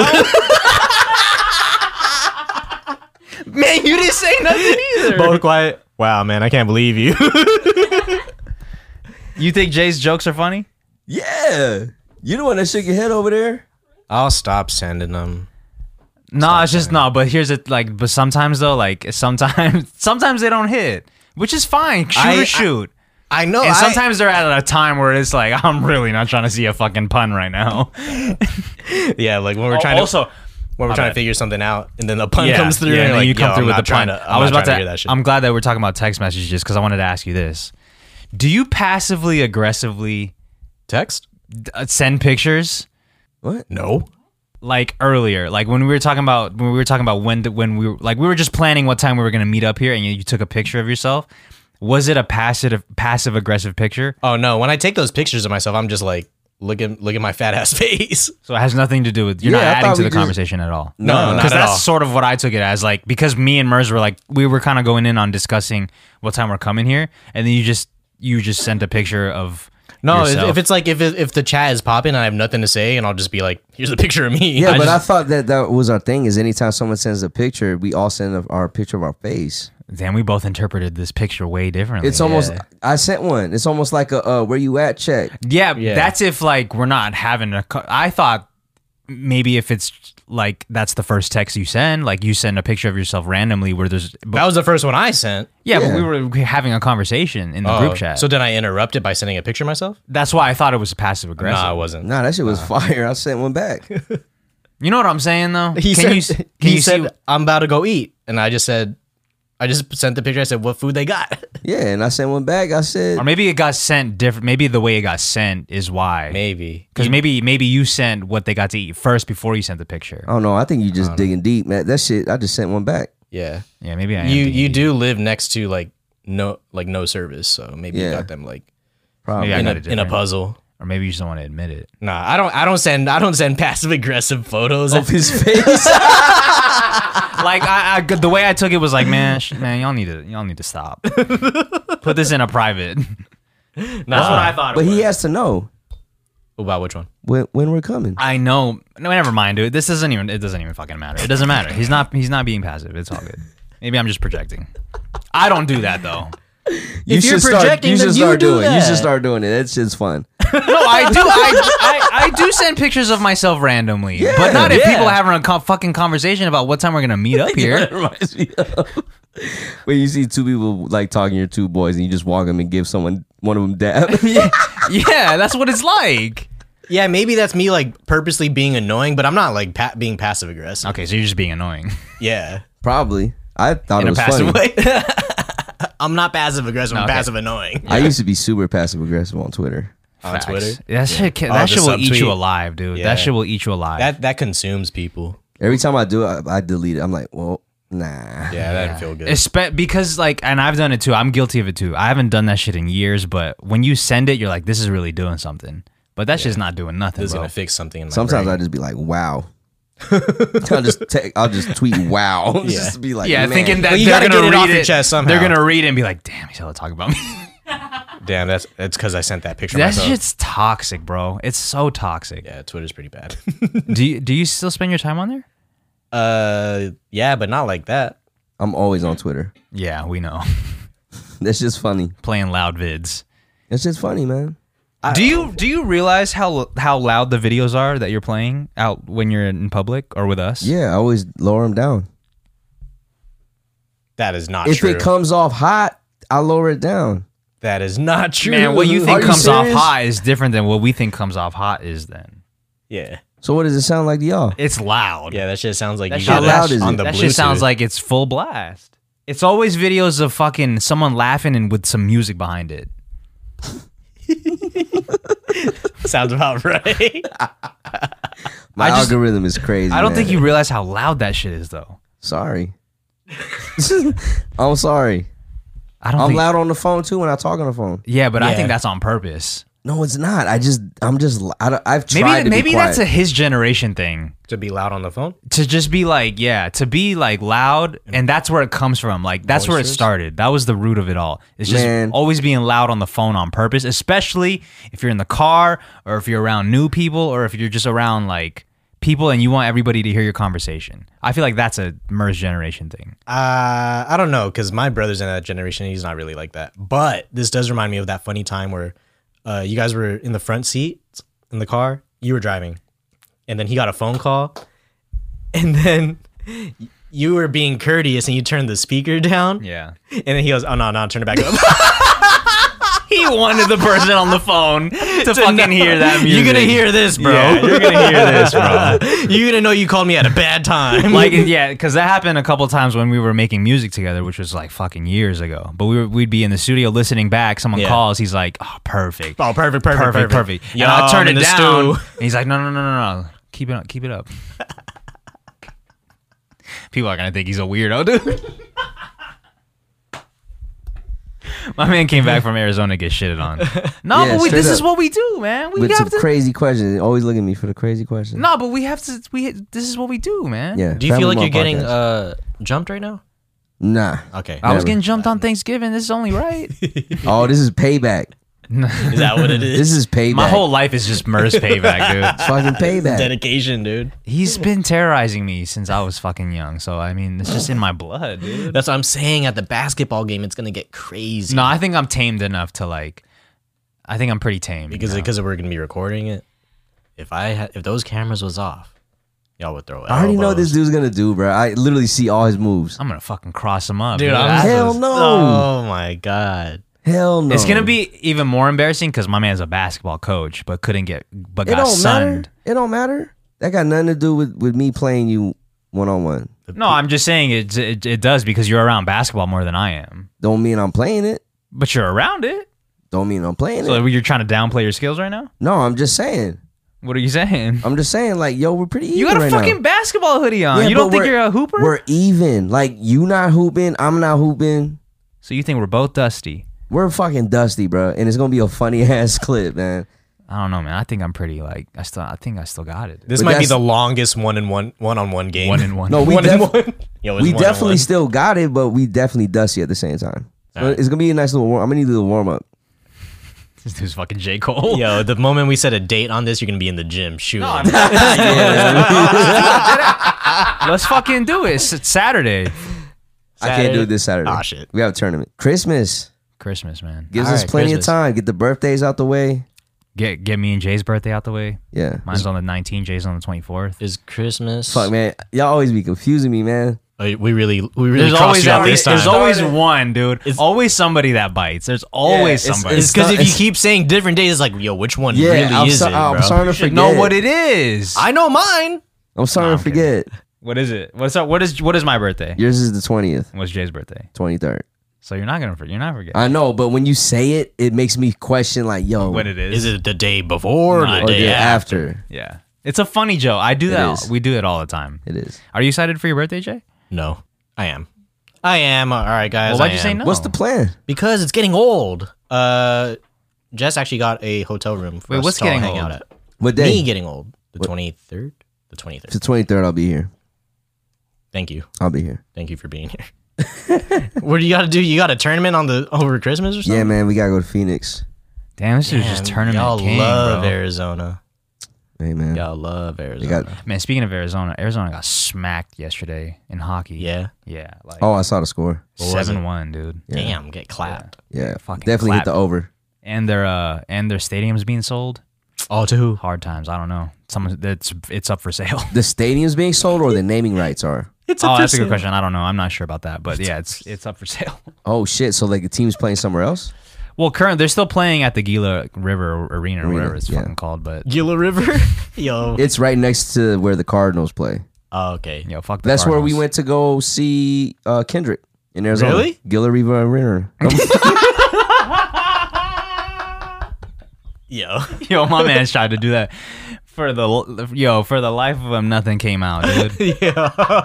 Speaker 1: Man, you didn't say nothing <laughs> either.
Speaker 2: <laughs> both quiet. Wow, man, I can't believe you. <laughs>
Speaker 1: You think Jay's jokes are funny?
Speaker 3: Yeah. You the one that shook your head over there.
Speaker 2: I'll stop sending them.
Speaker 1: No, it's just no. But here's it. Like, but sometimes though, like sometimes <laughs> sometimes they don't hit, which is fine. Shoot
Speaker 2: I- I-
Speaker 1: or shoot.
Speaker 2: I know.
Speaker 1: and
Speaker 2: I-
Speaker 1: sometimes they're at a time where it's like
Speaker 2: <laughs>
Speaker 1: I'm really not trying to see a fucking pun right now.
Speaker 2: yeah, like when we're
Speaker 1: Oh,
Speaker 2: trying to.
Speaker 1: also,
Speaker 2: when we're
Speaker 1: My
Speaker 2: trying
Speaker 1: bad.
Speaker 2: to figure something out, and then the pun comes
Speaker 1: yeah,
Speaker 2: through, and
Speaker 1: then
Speaker 2: you're like,
Speaker 1: you come
Speaker 2: "Yo,
Speaker 1: through
Speaker 2: I'm
Speaker 1: with
Speaker 2: not
Speaker 1: the
Speaker 2: trying
Speaker 1: pun.
Speaker 2: to.
Speaker 1: I was about to.
Speaker 2: hear that shit.
Speaker 1: I'm glad that we're talking about text messages because I wanted to ask you this: Do you passively aggressively
Speaker 2: text.
Speaker 1: uh, send pictures
Speaker 3: What?
Speaker 2: No.
Speaker 1: like earlier? Like when we were talking about when we were talking about when the, when we were like we were just planning what time we were gonna meet up here, and you, you took a picture of yourself. Was it a passive passive aggressive picture?
Speaker 2: Oh no. When I take those pictures of myself, I'm just like, look at look at my fat ass <laughs> face.
Speaker 1: So it has nothing to do with you're
Speaker 3: Yeah, I
Speaker 1: not adding
Speaker 3: thought
Speaker 1: to
Speaker 3: we
Speaker 1: the
Speaker 3: just-
Speaker 1: conversation at all.
Speaker 2: No, not
Speaker 1: because
Speaker 2: at
Speaker 1: that's
Speaker 2: all.
Speaker 1: sort of what I took it as. Like because me and Mers were like we were kind of going in on discussing what time we're coming here, and then you just you just sent a picture of
Speaker 2: No, if,
Speaker 1: yourself.
Speaker 2: if it's like if it- if the chat is popping, and I have nothing to say, and I'll just be like, here's a picture of me. <laughs>
Speaker 3: Yeah,
Speaker 2: I
Speaker 3: but
Speaker 2: just-
Speaker 3: I thought that that was our thing. Is anytime someone sends a picture, we all send a, our picture of our face.
Speaker 1: Damn, we both interpreted this picture way differently.
Speaker 3: It's almost. I sent one. It's almost like a uh, where you at check.
Speaker 1: yeah,
Speaker 2: Yeah.
Speaker 1: That's if like we're not having a. co- I thought maybe if it's like that's the first text you send, like you send a picture of yourself randomly where there's. But,
Speaker 2: that was the first one I sent.
Speaker 1: yeah,
Speaker 3: yeah.
Speaker 1: but we were having a conversation in the
Speaker 2: Oh,
Speaker 1: group chat.
Speaker 2: So
Speaker 1: So
Speaker 2: did I interrupt it by sending a picture of myself?
Speaker 1: that's why I thought it was passive
Speaker 2: No,
Speaker 1: aggressive.
Speaker 2: nah, I wasn't.
Speaker 3: Nah, that shit was fire. I sent one back.
Speaker 1: You know what I'm saying though?
Speaker 2: He said,
Speaker 1: you, s- can
Speaker 2: he
Speaker 1: you
Speaker 2: said
Speaker 1: see,
Speaker 2: I'm about to go eat, and I just said, I just sent the picture. I said, what food they got? <laughs>
Speaker 3: Yeah, and I sent one back. I said,
Speaker 1: or maybe it got sent different. Maybe the way it got sent is why.
Speaker 2: Maybe
Speaker 1: Because maybe maybe you sent what they got to eat first before you sent the picture.
Speaker 3: I don't know. I think you just digging deep, man. That shit. I just sent one back.
Speaker 2: yeah.
Speaker 1: Yeah, maybe I. am
Speaker 2: You
Speaker 1: thinking
Speaker 2: you
Speaker 1: deep.
Speaker 2: do live next to like no like no service, so maybe you
Speaker 3: Yeah.
Speaker 2: got them like
Speaker 3: Probably.
Speaker 1: Maybe I
Speaker 3: <laughs>
Speaker 2: in a,
Speaker 1: got it
Speaker 2: in a
Speaker 1: different.
Speaker 2: puzzle.
Speaker 1: or maybe you just don't want to admit it.
Speaker 2: Nah, I don't. I don't send. I don't send <laughs> passive aggressive photos.
Speaker 3: Of his face.
Speaker 1: like I, I, the way I took it was like, man, sh- man, y'all need to, y'all need to stop. Put this in a private.
Speaker 2: <laughs> nah,
Speaker 1: That's what I thought.
Speaker 3: but he has to know
Speaker 2: about which one?
Speaker 3: when when we're coming.
Speaker 1: <laughs> I know. No, never mind, dude. This doesn't even. It doesn't even fucking matter. It doesn't matter. He's not. He's not being passive. It's all good. Maybe I'm just projecting. I don't do that though.
Speaker 3: You
Speaker 2: you're projecting,
Speaker 3: you
Speaker 2: then
Speaker 3: should
Speaker 2: you
Speaker 3: start
Speaker 2: do
Speaker 3: doing. it. You
Speaker 2: that.
Speaker 3: should start doing it. That shit's <laughs> fun.
Speaker 1: No, I do. I, I, I do send pictures of myself randomly, but not if
Speaker 2: Yeah.
Speaker 1: people are having a co- fucking conversation about what time we're gonna meet up <laughs>
Speaker 3: That
Speaker 1: here.
Speaker 3: reminds me of <laughs> when you see two people like talking to your two boys and you just walk them and give someone one of them
Speaker 2: <laughs>
Speaker 3: dab. <laughs>
Speaker 1: yeah, yeah, that's what it's like.
Speaker 2: Yeah, maybe that's me like purposely being annoying, but I'm not like pa- being passive aggressive.
Speaker 1: Okay, so you're just being annoying.
Speaker 2: Yeah,
Speaker 3: Probably. I thought
Speaker 1: In
Speaker 3: it
Speaker 1: a
Speaker 3: was
Speaker 1: passive
Speaker 3: funny.
Speaker 2: way. <laughs> I'm not passive aggressive. I'm
Speaker 1: Okay.
Speaker 2: passive annoying
Speaker 3: I used to be super passive aggressive on Twitter.
Speaker 2: on
Speaker 1: Facts.
Speaker 2: Twitter.
Speaker 1: That shit, can,
Speaker 2: Oh,
Speaker 1: that
Speaker 2: the
Speaker 1: shit will eat you
Speaker 2: subtweet.
Speaker 1: alive, dude.
Speaker 2: Yeah.
Speaker 1: That shit will eat you alive.
Speaker 2: That that consumes people.
Speaker 3: Every time I do it, I, I delete it. I'm like, well, nah.
Speaker 2: Yeah, that didn't feel good.
Speaker 1: Espe- because like, and I've done it too. I'm guilty of it too. I haven't done that shit in years, but when you send it, you're like, this is really doing something. But that shit's not doing nothing,
Speaker 2: this is
Speaker 1: bro.
Speaker 2: gonna fix something in my
Speaker 3: Sometimes
Speaker 2: brain.
Speaker 3: I just be like, wow. <laughs> I'll just te- I'll just
Speaker 1: <laughs>
Speaker 3: tweet wow. <laughs> just be like,
Speaker 1: yeah,
Speaker 3: man.
Speaker 1: thinking that
Speaker 2: Well, you
Speaker 1: they're
Speaker 2: gotta
Speaker 1: gonna
Speaker 2: get it
Speaker 1: read
Speaker 2: off your chest somehow.
Speaker 1: They're gonna read it and be like, damn, he's all talking about me.
Speaker 2: Damn, that's that's because I sent that picture.
Speaker 1: that
Speaker 2: myself.
Speaker 1: shit's toxic, bro. It's so toxic.
Speaker 2: yeah, Twitter's pretty <laughs> bad.
Speaker 1: Do you do you still spend your time on there?
Speaker 2: uh, yeah, but not like that.
Speaker 3: I'm always on Twitter. <laughs>
Speaker 1: Yeah, we know.
Speaker 3: That's just funny.
Speaker 1: <laughs> Playing loud vids.
Speaker 3: That's just funny, man.
Speaker 1: do you do you realize how how loud the videos are that you're playing out when you're in public or with us?
Speaker 3: Yeah, I always lower them down.
Speaker 2: That is not
Speaker 3: If
Speaker 2: true.
Speaker 3: it comes off hot, I lower it down.
Speaker 2: that is not true.
Speaker 1: Man, what you think
Speaker 3: Are you
Speaker 1: comes off
Speaker 3: serious?
Speaker 1: hot is different than what we think comes off hot is then.
Speaker 2: Yeah,
Speaker 3: So what does it sound like to y'all?
Speaker 1: It's loud.
Speaker 2: yeah, that shit sounds like
Speaker 1: That
Speaker 2: you
Speaker 1: shit-
Speaker 2: got
Speaker 3: How loud is
Speaker 2: on
Speaker 3: it?
Speaker 2: the
Speaker 1: that shit sounds
Speaker 2: Bluetooth.
Speaker 1: like it's full blast. It's always videos of fucking someone laughing and with some music behind it.
Speaker 2: <laughs> sounds
Speaker 1: <laughs>
Speaker 2: about right.
Speaker 3: My
Speaker 1: I just-
Speaker 3: algorithm is crazy.
Speaker 1: I don't
Speaker 3: man.
Speaker 1: think you realize how loud that shit is though. <laughs>
Speaker 3: Sorry. <laughs> I'm sorry.
Speaker 1: I don't
Speaker 3: I'm
Speaker 1: think
Speaker 3: loud on the phone too when I talk on the phone.
Speaker 1: Yeah, but I
Speaker 2: Yeah.
Speaker 1: think that's on purpose.
Speaker 3: No, it's not. I just, I'm just, I don't, I've tried
Speaker 1: Maybe
Speaker 3: to
Speaker 1: maybe
Speaker 3: be
Speaker 1: that's a
Speaker 3: quiet.
Speaker 1: his generation thing.
Speaker 2: to be loud on the phone.
Speaker 1: to just be like yeah to be like loud and that's where it comes from like that's where it
Speaker 2: Voices?
Speaker 1: started that was the root of it all it's just
Speaker 3: Man.
Speaker 1: always being loud on the phone on purpose especially if you're in the car or if you're around new people or if you're just around like people and you want everybody to hear your conversation i feel like that's a MERS generation thing
Speaker 2: Uh, I don't know, cause my brother's in that generation. and He's not really like that. But this does remind me of that funny time where, uh, you guys were in the front seat in the car. You were driving, and then he got a phone call, <laughs> and then y- you were being courteous and you turned the speaker down.
Speaker 1: yeah
Speaker 2: And then he goes, "Oh no, no, turn it back up."
Speaker 1: <laughs>
Speaker 2: he
Speaker 1: he wanted the person on the phone to, fucking hear that music.
Speaker 2: <laughs> You're gonna hear this, bro.
Speaker 1: Yeah, you're gonna hear this, bro.
Speaker 2: You're gonna know <laughs> you called me at a bad
Speaker 1: <laughs>
Speaker 2: time.
Speaker 1: like yeah, because that happened a couple times when we were making music together, which was like fucking years ago. But we were, we'd be in the studio listening back. Someone
Speaker 2: Yeah.
Speaker 1: calls, he's like, "Oh, perfect,
Speaker 2: oh, perfect, perfect,
Speaker 1: perfect, perfect." And
Speaker 2: Yeah,
Speaker 1: I turn
Speaker 2: I'm in
Speaker 1: it
Speaker 2: the
Speaker 1: down,
Speaker 2: stew.
Speaker 1: and he's like, "No, no, no, no, no, keep it up, keep it up." <laughs> People are gonna think he's a weirdo, dude. <laughs> My man came back from Arizona to get shitted on. No,
Speaker 3: Yeah,
Speaker 1: but we,
Speaker 3: straight
Speaker 1: this is
Speaker 3: up.
Speaker 1: what we do, man. We
Speaker 3: With
Speaker 1: have
Speaker 3: some
Speaker 1: to.
Speaker 3: crazy questions. They Always look at me for the crazy question.
Speaker 1: no, but we have to. We this is what we do, man.
Speaker 3: Yeah.
Speaker 2: Do you feel
Speaker 3: Family
Speaker 2: like you're
Speaker 3: Law
Speaker 2: getting
Speaker 3: Podcast.
Speaker 2: uh jumped right now?
Speaker 3: Nah.
Speaker 2: Okay,
Speaker 1: I was
Speaker 3: Never.
Speaker 1: getting jumped on Thanksgiving. This is only
Speaker 3: <laughs>
Speaker 1: right.
Speaker 3: Oh, this is payback.
Speaker 2: is that <laughs> what it is?
Speaker 3: This is payback.
Speaker 1: My whole life is just MERS payback,
Speaker 3: <laughs>
Speaker 1: dude.
Speaker 3: fucking payback.
Speaker 2: Dedication, dude.
Speaker 1: He's been terrorizing me since I was fucking young. So, I mean, it's just in my blood, dude.
Speaker 2: That's what I'm saying. At the basketball game, it's gonna get crazy
Speaker 1: No, I think I'm tamed enough to, like, I think I'm pretty tame.
Speaker 2: because
Speaker 1: now.
Speaker 2: because we're gonna be recording it. If I had if those cameras was off, y'all would throw.
Speaker 3: I already know what this
Speaker 2: elbows.
Speaker 3: dude's gonna do, bro. I literally see all his moves.
Speaker 1: I'm going to fucking cross him up.
Speaker 2: dude.
Speaker 1: dude.
Speaker 2: I'm
Speaker 3: Hell
Speaker 2: so-
Speaker 3: no.
Speaker 2: Oh my god.
Speaker 3: Hell no.
Speaker 1: It's going to be even more embarrassing because my man's a basketball coach, but couldn't get, but
Speaker 3: It
Speaker 1: got
Speaker 3: don't
Speaker 1: sunned.
Speaker 3: matter. It don't matter. That got nothing to do with with me playing you one on one.
Speaker 1: No, I'm just saying it, it, it does because you're around basketball more than I am.
Speaker 3: Don't mean I'm playing it.
Speaker 1: But you're around it.
Speaker 3: Don't mean I'm playing it.
Speaker 1: So you're trying to downplay your skills right now?
Speaker 3: No, I'm just saying.
Speaker 1: What are you saying?
Speaker 3: I'm just saying. Like, yo, we're pretty. Even
Speaker 1: You got a
Speaker 3: right
Speaker 1: fucking
Speaker 3: Now.
Speaker 1: basketball hoodie on.
Speaker 3: Yeah,
Speaker 1: you don't
Speaker 3: but
Speaker 1: think
Speaker 3: we're-
Speaker 1: you're a hooper?
Speaker 3: We're even. Like, you not hooping. I'm not hooping.
Speaker 1: So you think we're both dusty?
Speaker 3: We're fucking dusty, bro. And it's gonna be a funny <laughs> ass clip, man.
Speaker 1: I don't know, man. I think I'm pretty like I still. I think I still got it.
Speaker 2: This
Speaker 3: But
Speaker 2: might be
Speaker 3: that's-
Speaker 2: the longest one in one one on one game.
Speaker 1: One in one.
Speaker 3: No, we
Speaker 2: <laughs> one in
Speaker 3: def-
Speaker 2: one. Yo, it's
Speaker 3: we
Speaker 2: one in
Speaker 3: definitely
Speaker 2: one.
Speaker 3: still got it, but we definitely dusty at the same time. So
Speaker 2: Alright.
Speaker 3: It's gonna be a nice little warm. I'm gonna need a little warm up.
Speaker 1: <laughs> this dude's fucking J Cole.
Speaker 2: Yo, the moment we set a date on this, you're gonna be in the gym shooting.
Speaker 1: Let's fucking do it. It's it's Saturday,
Speaker 3: I can't do it this Saturday.
Speaker 2: Ah, shit.
Speaker 3: We have a tournament. Christmas
Speaker 1: Christmas, man.
Speaker 3: gives us
Speaker 2: Alright,
Speaker 3: plenty
Speaker 2: Christmas.
Speaker 3: of time. Get the birthdays out the way.
Speaker 1: Get get me and Jay's birthday out the way.
Speaker 3: Yeah.
Speaker 1: Mine's on the 19th. Jay's on the 24th.
Speaker 2: Is Christmas?
Speaker 3: Fuck, man. Y'all always be confusing me, man.
Speaker 2: Oh, We really, we really crossed you out
Speaker 1: always-
Speaker 2: this time.
Speaker 1: there's always one dude. It's always somebody that bites. There's always
Speaker 3: it's-
Speaker 1: somebody.
Speaker 2: It's
Speaker 1: It's,
Speaker 3: it's-
Speaker 2: because
Speaker 3: not-
Speaker 2: if you keep saying different days, it's like, yo, which one
Speaker 3: Yeah,
Speaker 2: really
Speaker 3: I'm,
Speaker 2: is
Speaker 3: so-
Speaker 2: it,
Speaker 3: I'm
Speaker 2: bro?
Speaker 3: starting to
Speaker 1: you
Speaker 3: forget.
Speaker 1: know what it is.
Speaker 2: I know mine.
Speaker 3: I'm starting to forget.
Speaker 1: what is it? What's up? What is what is my birthday?
Speaker 3: Yours is the twentieth,
Speaker 1: What's Jay's birthday?
Speaker 3: twenty third.
Speaker 1: So you're not gonna for- you're not forgetting
Speaker 3: I know, but when you say it, it makes me question, like, yo,
Speaker 1: when it is.
Speaker 2: Is it the day before or
Speaker 1: Nah,
Speaker 2: the
Speaker 3: or
Speaker 2: day
Speaker 3: the
Speaker 2: after?
Speaker 3: after.
Speaker 1: Yeah. It's a funny joke. I do that.
Speaker 3: is.
Speaker 1: We do it all the time.
Speaker 3: It is.
Speaker 1: Are you excited for your birthday, Jay?
Speaker 2: No, I am. I am. All right, guys.
Speaker 1: Well, why'd
Speaker 2: I
Speaker 1: you say
Speaker 2: am.
Speaker 1: no?
Speaker 3: What's the plan?
Speaker 2: Because it's getting old. Uh, Jess actually got a hotel room. For
Speaker 1: Wait,
Speaker 2: us
Speaker 1: what's
Speaker 2: to all
Speaker 1: getting
Speaker 2: hang
Speaker 1: old?
Speaker 2: Out at.
Speaker 3: What
Speaker 2: Me
Speaker 3: day?
Speaker 2: getting old. The twenty third. The twenty
Speaker 3: It's the
Speaker 2: third.
Speaker 3: twenty third. I'll be here.
Speaker 2: Thank you.
Speaker 3: I'll be here.
Speaker 2: Thank you for being here. <laughs> what do you got to do? You got a tournament on the over Christmas or something?
Speaker 3: Yeah, man. We gotta go to Phoenix.
Speaker 1: Damn, this is just
Speaker 2: Man,
Speaker 1: tournament
Speaker 2: Y'all
Speaker 1: king,
Speaker 2: love
Speaker 1: bro.
Speaker 2: Arizona.
Speaker 3: Hey, man.
Speaker 2: Y'all love
Speaker 3: They
Speaker 2: Arizona.
Speaker 3: got.
Speaker 1: Man, speaking of Arizona, Arizona got smacked yesterday in hockey.
Speaker 2: yeah.
Speaker 1: Yeah, like
Speaker 3: Oh, I saw the score.
Speaker 2: what was it?
Speaker 1: 7-1, dude.
Speaker 2: Damn, get clapped.
Speaker 3: Yeah,
Speaker 1: Fucking
Speaker 3: definitely
Speaker 1: clap.
Speaker 3: hit the over.
Speaker 1: And their uh and their stadium's being sold.
Speaker 2: All Oh, to who?
Speaker 1: Hard times, I don't know. Someone that's it's up for sale.
Speaker 3: The stadium's being sold, or the naming rights are.
Speaker 2: It's
Speaker 1: <laughs> oh, that's a good question. I don't know. I'm not sure about that, but yeah, it's it's up for sale.
Speaker 3: Oh shit! So like the team's playing somewhere else.
Speaker 1: Well, current they're still playing at the Gila River Arena or whatever it's
Speaker 3: yeah.
Speaker 1: fucking called, but
Speaker 2: Gila River. <laughs> Yo.
Speaker 3: It's right next to where the Cardinals play.
Speaker 2: Oh, okay.
Speaker 1: you know, fuck the
Speaker 3: That's where we
Speaker 1: Cardinals.
Speaker 3: went to go see uh, Kendrick in Arizona.
Speaker 2: Really?
Speaker 3: Gila
Speaker 1: <laughs>
Speaker 3: River Arena.
Speaker 2: Yo. <laughs>
Speaker 1: <laughs> Yo, my man tried to do that for the yo for the life of him. Nothing came out,
Speaker 2: <laughs>
Speaker 1: dude.
Speaker 2: yeah.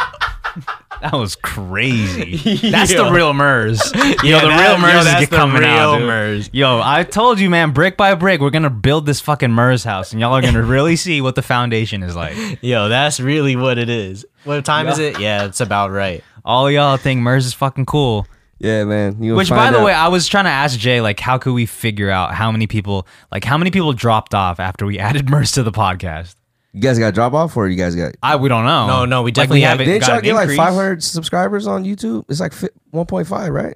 Speaker 1: That was crazy. That's
Speaker 2: Yo.
Speaker 1: the real
Speaker 2: <laughs>
Speaker 1: Murs. Yo, the
Speaker 2: that-
Speaker 1: real
Speaker 2: yo,
Speaker 1: Murs is
Speaker 2: that's
Speaker 1: get-
Speaker 2: the
Speaker 1: coming out,
Speaker 2: real
Speaker 1: dude.
Speaker 2: Murs.
Speaker 1: Yo, I told you, man. Brick by brick, we're gonna build this fucking Murs house, and y'all are
Speaker 2: <laughs>
Speaker 1: gonna really see what the foundation is like.
Speaker 2: Yo, that's really what it is. What time is
Speaker 1: Yeah.
Speaker 2: it? Yeah, it's about right.
Speaker 1: All y'all think Murs is fucking cool.
Speaker 3: yeah, man. You gonna
Speaker 1: Which, by
Speaker 3: find
Speaker 1: the
Speaker 3: out.
Speaker 1: way, I was trying to ask Jay, like, how could we figure out how many people, like, how many people dropped off after we <laughs> added Murs to the podcast?
Speaker 3: you guys got drop off, or you guys got?
Speaker 1: I we don't know.
Speaker 2: No, no, we
Speaker 1: Like,
Speaker 2: definitely
Speaker 1: haven't
Speaker 3: Didn't
Speaker 1: got
Speaker 3: y'all
Speaker 1: an
Speaker 3: get like
Speaker 1: increase.
Speaker 3: 500 subscribers on YouTube? It's like fi- 1.5,
Speaker 1: <laughs>
Speaker 3: right?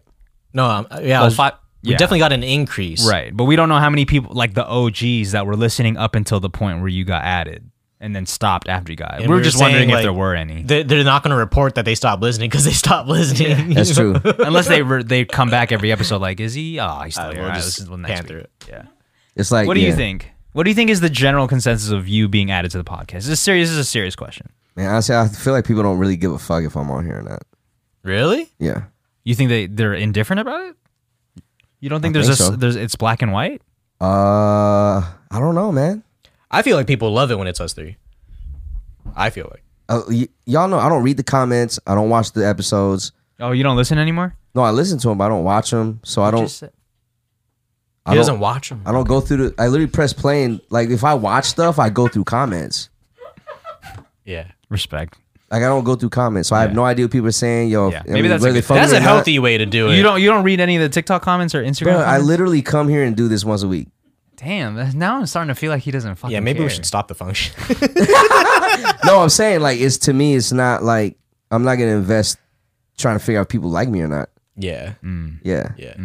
Speaker 2: No, um, yeah, I
Speaker 1: Oh,
Speaker 2: was-
Speaker 1: fi-
Speaker 2: we
Speaker 1: yeah.
Speaker 2: definitely got an increase.
Speaker 1: Right. But we don't know how many people, like the OGs that were listening up until the point where you got added. and then stopped after you got it.
Speaker 2: And
Speaker 1: we were
Speaker 2: we were
Speaker 1: just wondering
Speaker 2: saying,
Speaker 1: if
Speaker 2: like,
Speaker 1: there were
Speaker 2: <laughs>
Speaker 1: any,
Speaker 2: They, they're not going to report that they stopped listening because they stopped listening.
Speaker 3: That's true.
Speaker 1: unless they were, they come back every episode. Like, is he? Oh, he's still
Speaker 2: Uh,
Speaker 1: here.
Speaker 2: <laughs> we'll
Speaker 1: All right,
Speaker 2: just
Speaker 1: this is the next
Speaker 2: pan
Speaker 1: week.
Speaker 2: through it.
Speaker 1: Yeah.
Speaker 3: It's like
Speaker 1: What do you
Speaker 3: yeah.
Speaker 1: think? What do you think is the general consensus of you being added to the podcast? This is serious. This is a serious question.
Speaker 3: Man, honestly, I feel like people don't really give a fuck if I'm on here or not.
Speaker 2: Really?
Speaker 3: Yeah.
Speaker 1: You think they they're indifferent about it? You don't think there's
Speaker 3: think
Speaker 1: a s-
Speaker 3: so.
Speaker 1: there's it's black and white?
Speaker 3: Uh, I don't know, man.
Speaker 2: I feel like people love it when it's us three. I feel like.
Speaker 3: Uh, y- y'all know I don't read the comments. I don't watch the episodes.
Speaker 1: Oh, you don't listen anymore.
Speaker 3: No, I listen to them, but I don't watch them. So I don't.
Speaker 1: Just- uh,
Speaker 3: I
Speaker 2: He
Speaker 3: don't,
Speaker 2: doesn't watch them.
Speaker 3: I don't go through the. I literally press play and like if I watch stuff, I go through comments.
Speaker 2: Yeah.
Speaker 1: respect.
Speaker 3: Like I don't go through comments, so I have no idea what people are saying. Yo,
Speaker 1: Yeah.
Speaker 3: I
Speaker 1: Maybe
Speaker 3: mean,
Speaker 1: that's a
Speaker 3: whether they
Speaker 1: good-
Speaker 3: fuck
Speaker 2: That's
Speaker 3: with
Speaker 2: a
Speaker 3: me or not,
Speaker 2: healthy way to do it.
Speaker 1: You don't you don't read any of the TikTok comments or Instagram.
Speaker 3: Bro, I
Speaker 1: comments?
Speaker 3: literally come here and do this once a week.
Speaker 1: Damn, that's- now I'm starting to feel like he doesn't fucking.
Speaker 2: Yeah, maybe we
Speaker 1: care.
Speaker 2: should stop the function. <laughs>
Speaker 3: No, I'm saying like it's to me, it's not like I'm not gonna invest trying to figure out if people like me or not.
Speaker 2: yeah.
Speaker 3: Yeah,
Speaker 2: Yeah.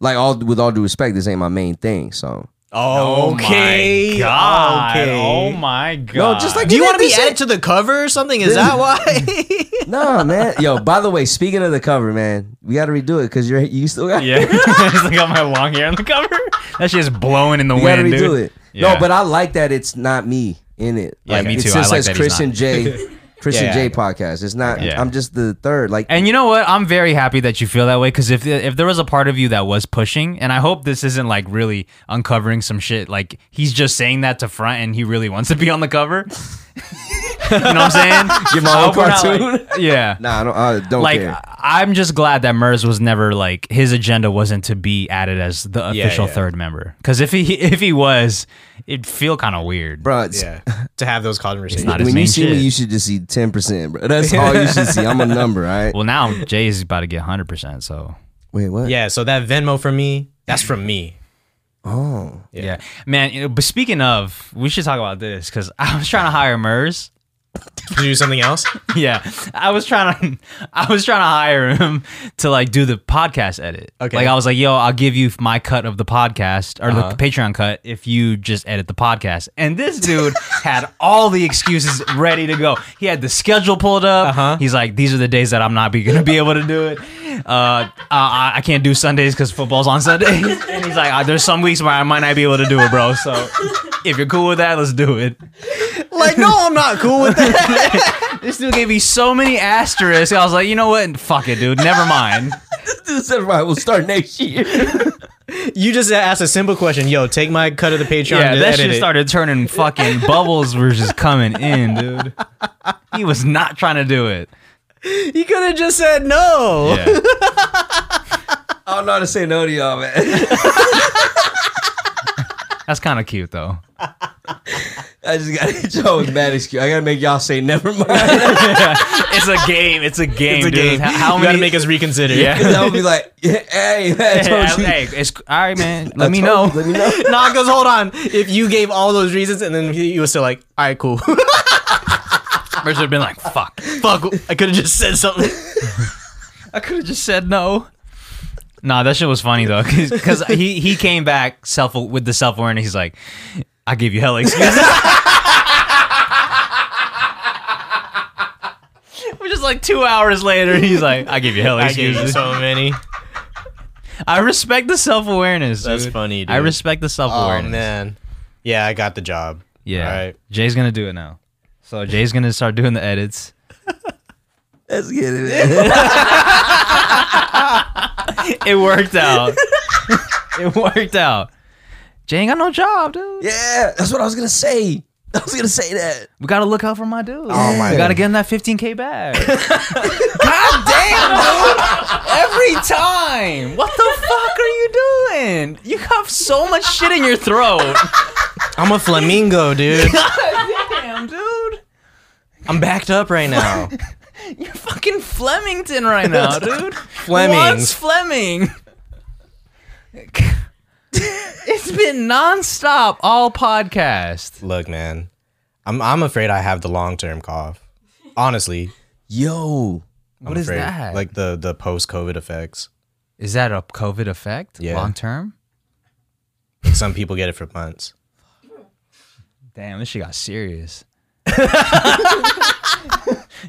Speaker 3: like all with all due respect, this ain't my main thing. So
Speaker 2: Okay.
Speaker 1: Oh my god.
Speaker 2: Okay.
Speaker 1: Oh my god.
Speaker 3: just like-
Speaker 2: Do you
Speaker 3: Yeah,
Speaker 2: want to be
Speaker 3: this
Speaker 2: added
Speaker 3: is-
Speaker 2: to the cover or something? Is that why?
Speaker 3: no, man. Yo, by the way, speaking of the cover, man, we got to redo it because you're you still got
Speaker 1: yeah. <laughs> just like got my long hair on the cover. That shit is blowing in the
Speaker 3: we got to
Speaker 1: wind,
Speaker 3: redo
Speaker 1: dude.
Speaker 3: it.
Speaker 1: Yeah.
Speaker 3: No, but I like that it's not me in it.
Speaker 1: Yeah,
Speaker 3: like,
Speaker 1: me
Speaker 3: it
Speaker 1: too.
Speaker 3: still
Speaker 1: I like
Speaker 3: says
Speaker 1: that he's
Speaker 3: Christian
Speaker 1: not. <laughs>
Speaker 3: J. Christian
Speaker 2: Yeah.
Speaker 3: J. podcast. It's not.
Speaker 1: Yeah.
Speaker 3: I'm just the third. Like
Speaker 1: And you know what? I'm very happy that you feel that way because if if there was a part of you that was pushing, and I hope this isn't like really uncovering some shit. Like he's just saying that to front, and he really wants to be on the cover. <laughs> you know what I'm saying?
Speaker 3: <laughs> Give my own
Speaker 1: I hope we're not, like-
Speaker 3: cartoon.
Speaker 1: yeah.
Speaker 3: nah, I don't, I don't
Speaker 1: Like
Speaker 3: care.
Speaker 1: I- I'm just glad that Murs was never like his agenda wasn't to be added as the
Speaker 2: Yeah,
Speaker 1: official
Speaker 2: yeah.
Speaker 1: third member. Because if he <laughs> if he was, it'd feel kind of weird.
Speaker 3: Bro,
Speaker 2: <laughs> <laughs>
Speaker 3: it's-
Speaker 2: yeah. To have those conversations.
Speaker 1: not his
Speaker 3: when
Speaker 1: main
Speaker 3: you see
Speaker 1: shit.
Speaker 3: me, you should just see ten percent, bro.
Speaker 1: <laughs>
Speaker 3: That's all you should see. I'm a number, all right?
Speaker 1: Well,
Speaker 2: <laughs>
Speaker 1: now Jay is about to get 100. percent So
Speaker 3: Wait, what?
Speaker 2: yeah. So that Venmo from me, that's from me.
Speaker 3: Oh,
Speaker 1: Yeah. Man, you know, but speaking of, we should talk about this because <laughs> I was trying to hire Murs.
Speaker 2: To do something <laughs> else?
Speaker 1: <laughs> Yeah. I was trying to <laughs> I was trying to hire him to like do the podcast edit.
Speaker 2: Okay. Uh-huh.
Speaker 1: Like I was like, yo, I'll give you my cut of the podcast or the Patreon cut if you just edit the podcast. And this
Speaker 2: <laughs>
Speaker 1: dude had all the excuses ready to go. He had the schedule pulled up.
Speaker 2: Uh-huh.
Speaker 1: He's like, these are the days that I'm not be gonna be able to do it. Uh, I, I can't do Sundays because football's on Sundays. <laughs> and he's like, "Uh, there's some weeks where I might not be able to do it, bro. So if you're cool with that, let's do it.
Speaker 2: Like, no, I'm not cool with that.
Speaker 1: This dude gave me so many asterisks. I was like, you know what? Fuck it, dude. Never <laughs> mind.
Speaker 3: <laughs> this is right. We'll start next year. <laughs>
Speaker 2: You just asked a simple question. Yo, take my cut of the Patreon.
Speaker 1: yeah,
Speaker 2: and
Speaker 1: that
Speaker 2: edit
Speaker 1: shit
Speaker 2: it.
Speaker 1: started turning fucking bubbles were just coming in, dude. He was not trying to do it.
Speaker 2: You could have just said no.
Speaker 1: Yeah.
Speaker 3: I don't know how to say no to y'all, man. <laughs>
Speaker 1: That's kind of cute though.
Speaker 3: I just got <laughs> to hit y'all with mad excuse. I gotta make y'all say never mind. <laughs>
Speaker 1: It's a game. It's a game,
Speaker 2: It's a
Speaker 1: dude.
Speaker 2: game.
Speaker 1: How, how
Speaker 2: <laughs>
Speaker 1: many?
Speaker 2: you gotta make us reconsider.
Speaker 1: Yeah.
Speaker 3: I would be like, <laughs> hey, man,
Speaker 1: <laughs> Hey,
Speaker 3: I told you.
Speaker 1: hey, it's all right, man.
Speaker 3: I
Speaker 1: Let me know.
Speaker 3: told you, Let me know.
Speaker 2: nah, <laughs> because hold on. If you gave all those reasons and then you were still like, all right, cool. <laughs>
Speaker 1: Richard have been like, fuck.
Speaker 2: Fuck, I could have just said something.
Speaker 1: I could have just said no. Nah, that shit was funny though, because <laughs> he he came back self with the self awareness. He's like, I give you hell <laughs> excuses. We're just like two hours later. He's like, I give you hell
Speaker 2: <laughs> I gave you
Speaker 1: excuses.
Speaker 2: so many.
Speaker 1: I respect the self awareness.
Speaker 2: That's funny, dude.
Speaker 1: I respect the self
Speaker 2: Oh,
Speaker 1: awareness.
Speaker 2: man. Yeah, I got the job.
Speaker 1: yeah,
Speaker 2: All right.
Speaker 1: Jay's gonna do it now. So Jay's gonna start doing the edits.
Speaker 3: <laughs>
Speaker 1: <laughs>
Speaker 3: Let's get it. man.
Speaker 1: It worked out. it worked out. Jay ain't got no job, dude.
Speaker 3: <laughs> yeah, that's what I was gonna say. I was gonna say that.
Speaker 1: We gotta look out for my dude.
Speaker 2: Oh, my
Speaker 1: we gotta
Speaker 2: dude.
Speaker 1: get him that 15k back. <laughs> God damn, dude! Every time. What the fuck are you doing? You have so much shit in your throat.
Speaker 2: I'm a <laughs> flamingo, dude.
Speaker 1: Damn, dude.
Speaker 2: I'm backed up right now.
Speaker 1: You're <laughs> fucking Flemington right <laughs> now, dude. What's
Speaker 2: Flemings.
Speaker 1: Fleming? <laughs> It's been nonstop all podcast.
Speaker 2: Look, man, I'm, I'm afraid I have the long term cough. Honestly.
Speaker 3: Yo,
Speaker 2: I'm
Speaker 1: What is
Speaker 2: afraid.
Speaker 1: that?
Speaker 2: Like the, the post COVID effects.
Speaker 1: Is that a COVID effect?
Speaker 2: Yeah.
Speaker 1: Long term?
Speaker 2: Some people get it for months.
Speaker 1: Damn, this shit got serious. <laughs>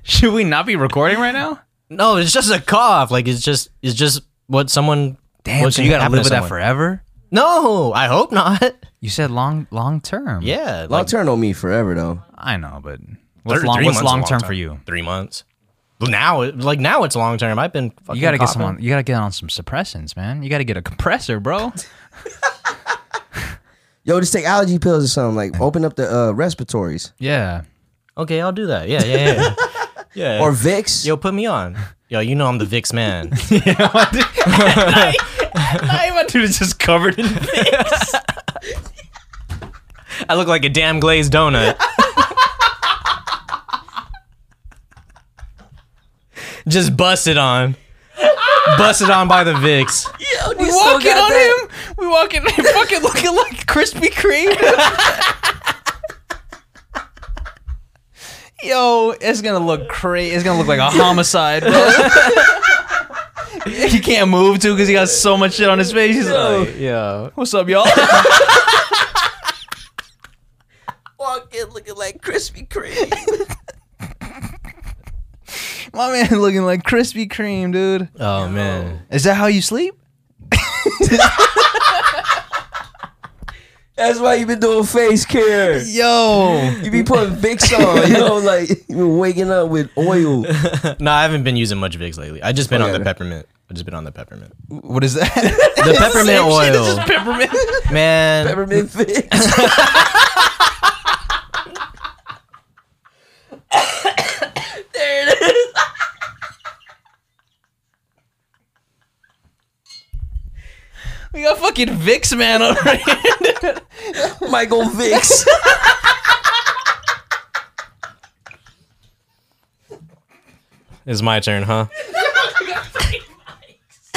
Speaker 1: Should we not be recording right now?
Speaker 2: No, it's just a cough. Like it's just it's just what someone.
Speaker 1: Damn,
Speaker 2: what
Speaker 1: so
Speaker 2: can
Speaker 1: you gotta
Speaker 2: happen
Speaker 1: live
Speaker 2: to
Speaker 1: with that
Speaker 2: someone.
Speaker 1: forever?
Speaker 2: No, I hope not.
Speaker 1: You said long long term.
Speaker 2: Yeah,
Speaker 3: Long
Speaker 2: like
Speaker 3: term don't mean forever though.
Speaker 1: I know, but
Speaker 2: thir-
Speaker 1: what's long
Speaker 2: three
Speaker 1: what's
Speaker 2: months is a
Speaker 1: long term for you?
Speaker 2: Three months. Well, Now, it- like now, it's long term. I've been. Fucking
Speaker 1: You gotta get
Speaker 2: coughing.
Speaker 1: some on, you gotta get on some suppressants, man. You gotta get a compressor, <laughs> bro.
Speaker 3: Yo, just take allergy pills or something. Like open up the uh, respiratories
Speaker 1: yeah.
Speaker 2: Okay, I'll do that. Yeah, yeah, yeah.
Speaker 1: <laughs>
Speaker 2: yeah.
Speaker 3: or Vicks.
Speaker 2: yo, put me on. Yo, you know I'm the
Speaker 1: <laughs>
Speaker 2: Vicks man.
Speaker 1: I my <laughs> dude is just covered in
Speaker 2: I look like a damn glazed donut. <laughs> Just busted on. Busted on by
Speaker 1: <laughs>
Speaker 2: the Vicks.
Speaker 1: We
Speaker 3: still
Speaker 1: walk in
Speaker 3: got
Speaker 1: on
Speaker 3: that.
Speaker 1: him. We walk in <laughs> and fucking looking like Krispy Kreme. <laughs> Yo, it's gonna look crazy. It's gonna look <laughs> like a homicide, bro. <laughs> he can't move too because he got so much shit on his face. He's like,
Speaker 2: Yeah.
Speaker 1: "What's up, y'all?" <laughs>
Speaker 3: Walk in looking like Krispy Kreme.
Speaker 1: My man looking like Krispy Kreme, dude.
Speaker 2: Oh man.
Speaker 1: Is that how you sleep?
Speaker 3: <laughs> That's why you been doing face <laughs> care.
Speaker 2: <laughs>
Speaker 1: Yo,
Speaker 3: You be putting Vicks on. You know, like you been waking up with oil.
Speaker 2: No, I haven't been using much Vicks lately. I just
Speaker 1: Oh,
Speaker 2: been on the
Speaker 3: Okay.
Speaker 2: peppermint. I just been on
Speaker 1: <laughs>
Speaker 2: the peppermint.
Speaker 1: what is that?
Speaker 2: The peppermint oil,
Speaker 1: peppermint. <laughs>
Speaker 2: man.
Speaker 3: <laughs> Peppermint Vicks.
Speaker 1: We got fucking Vicks man over here.
Speaker 3: Michael Vicks.
Speaker 2: <laughs> It's my turn, huh?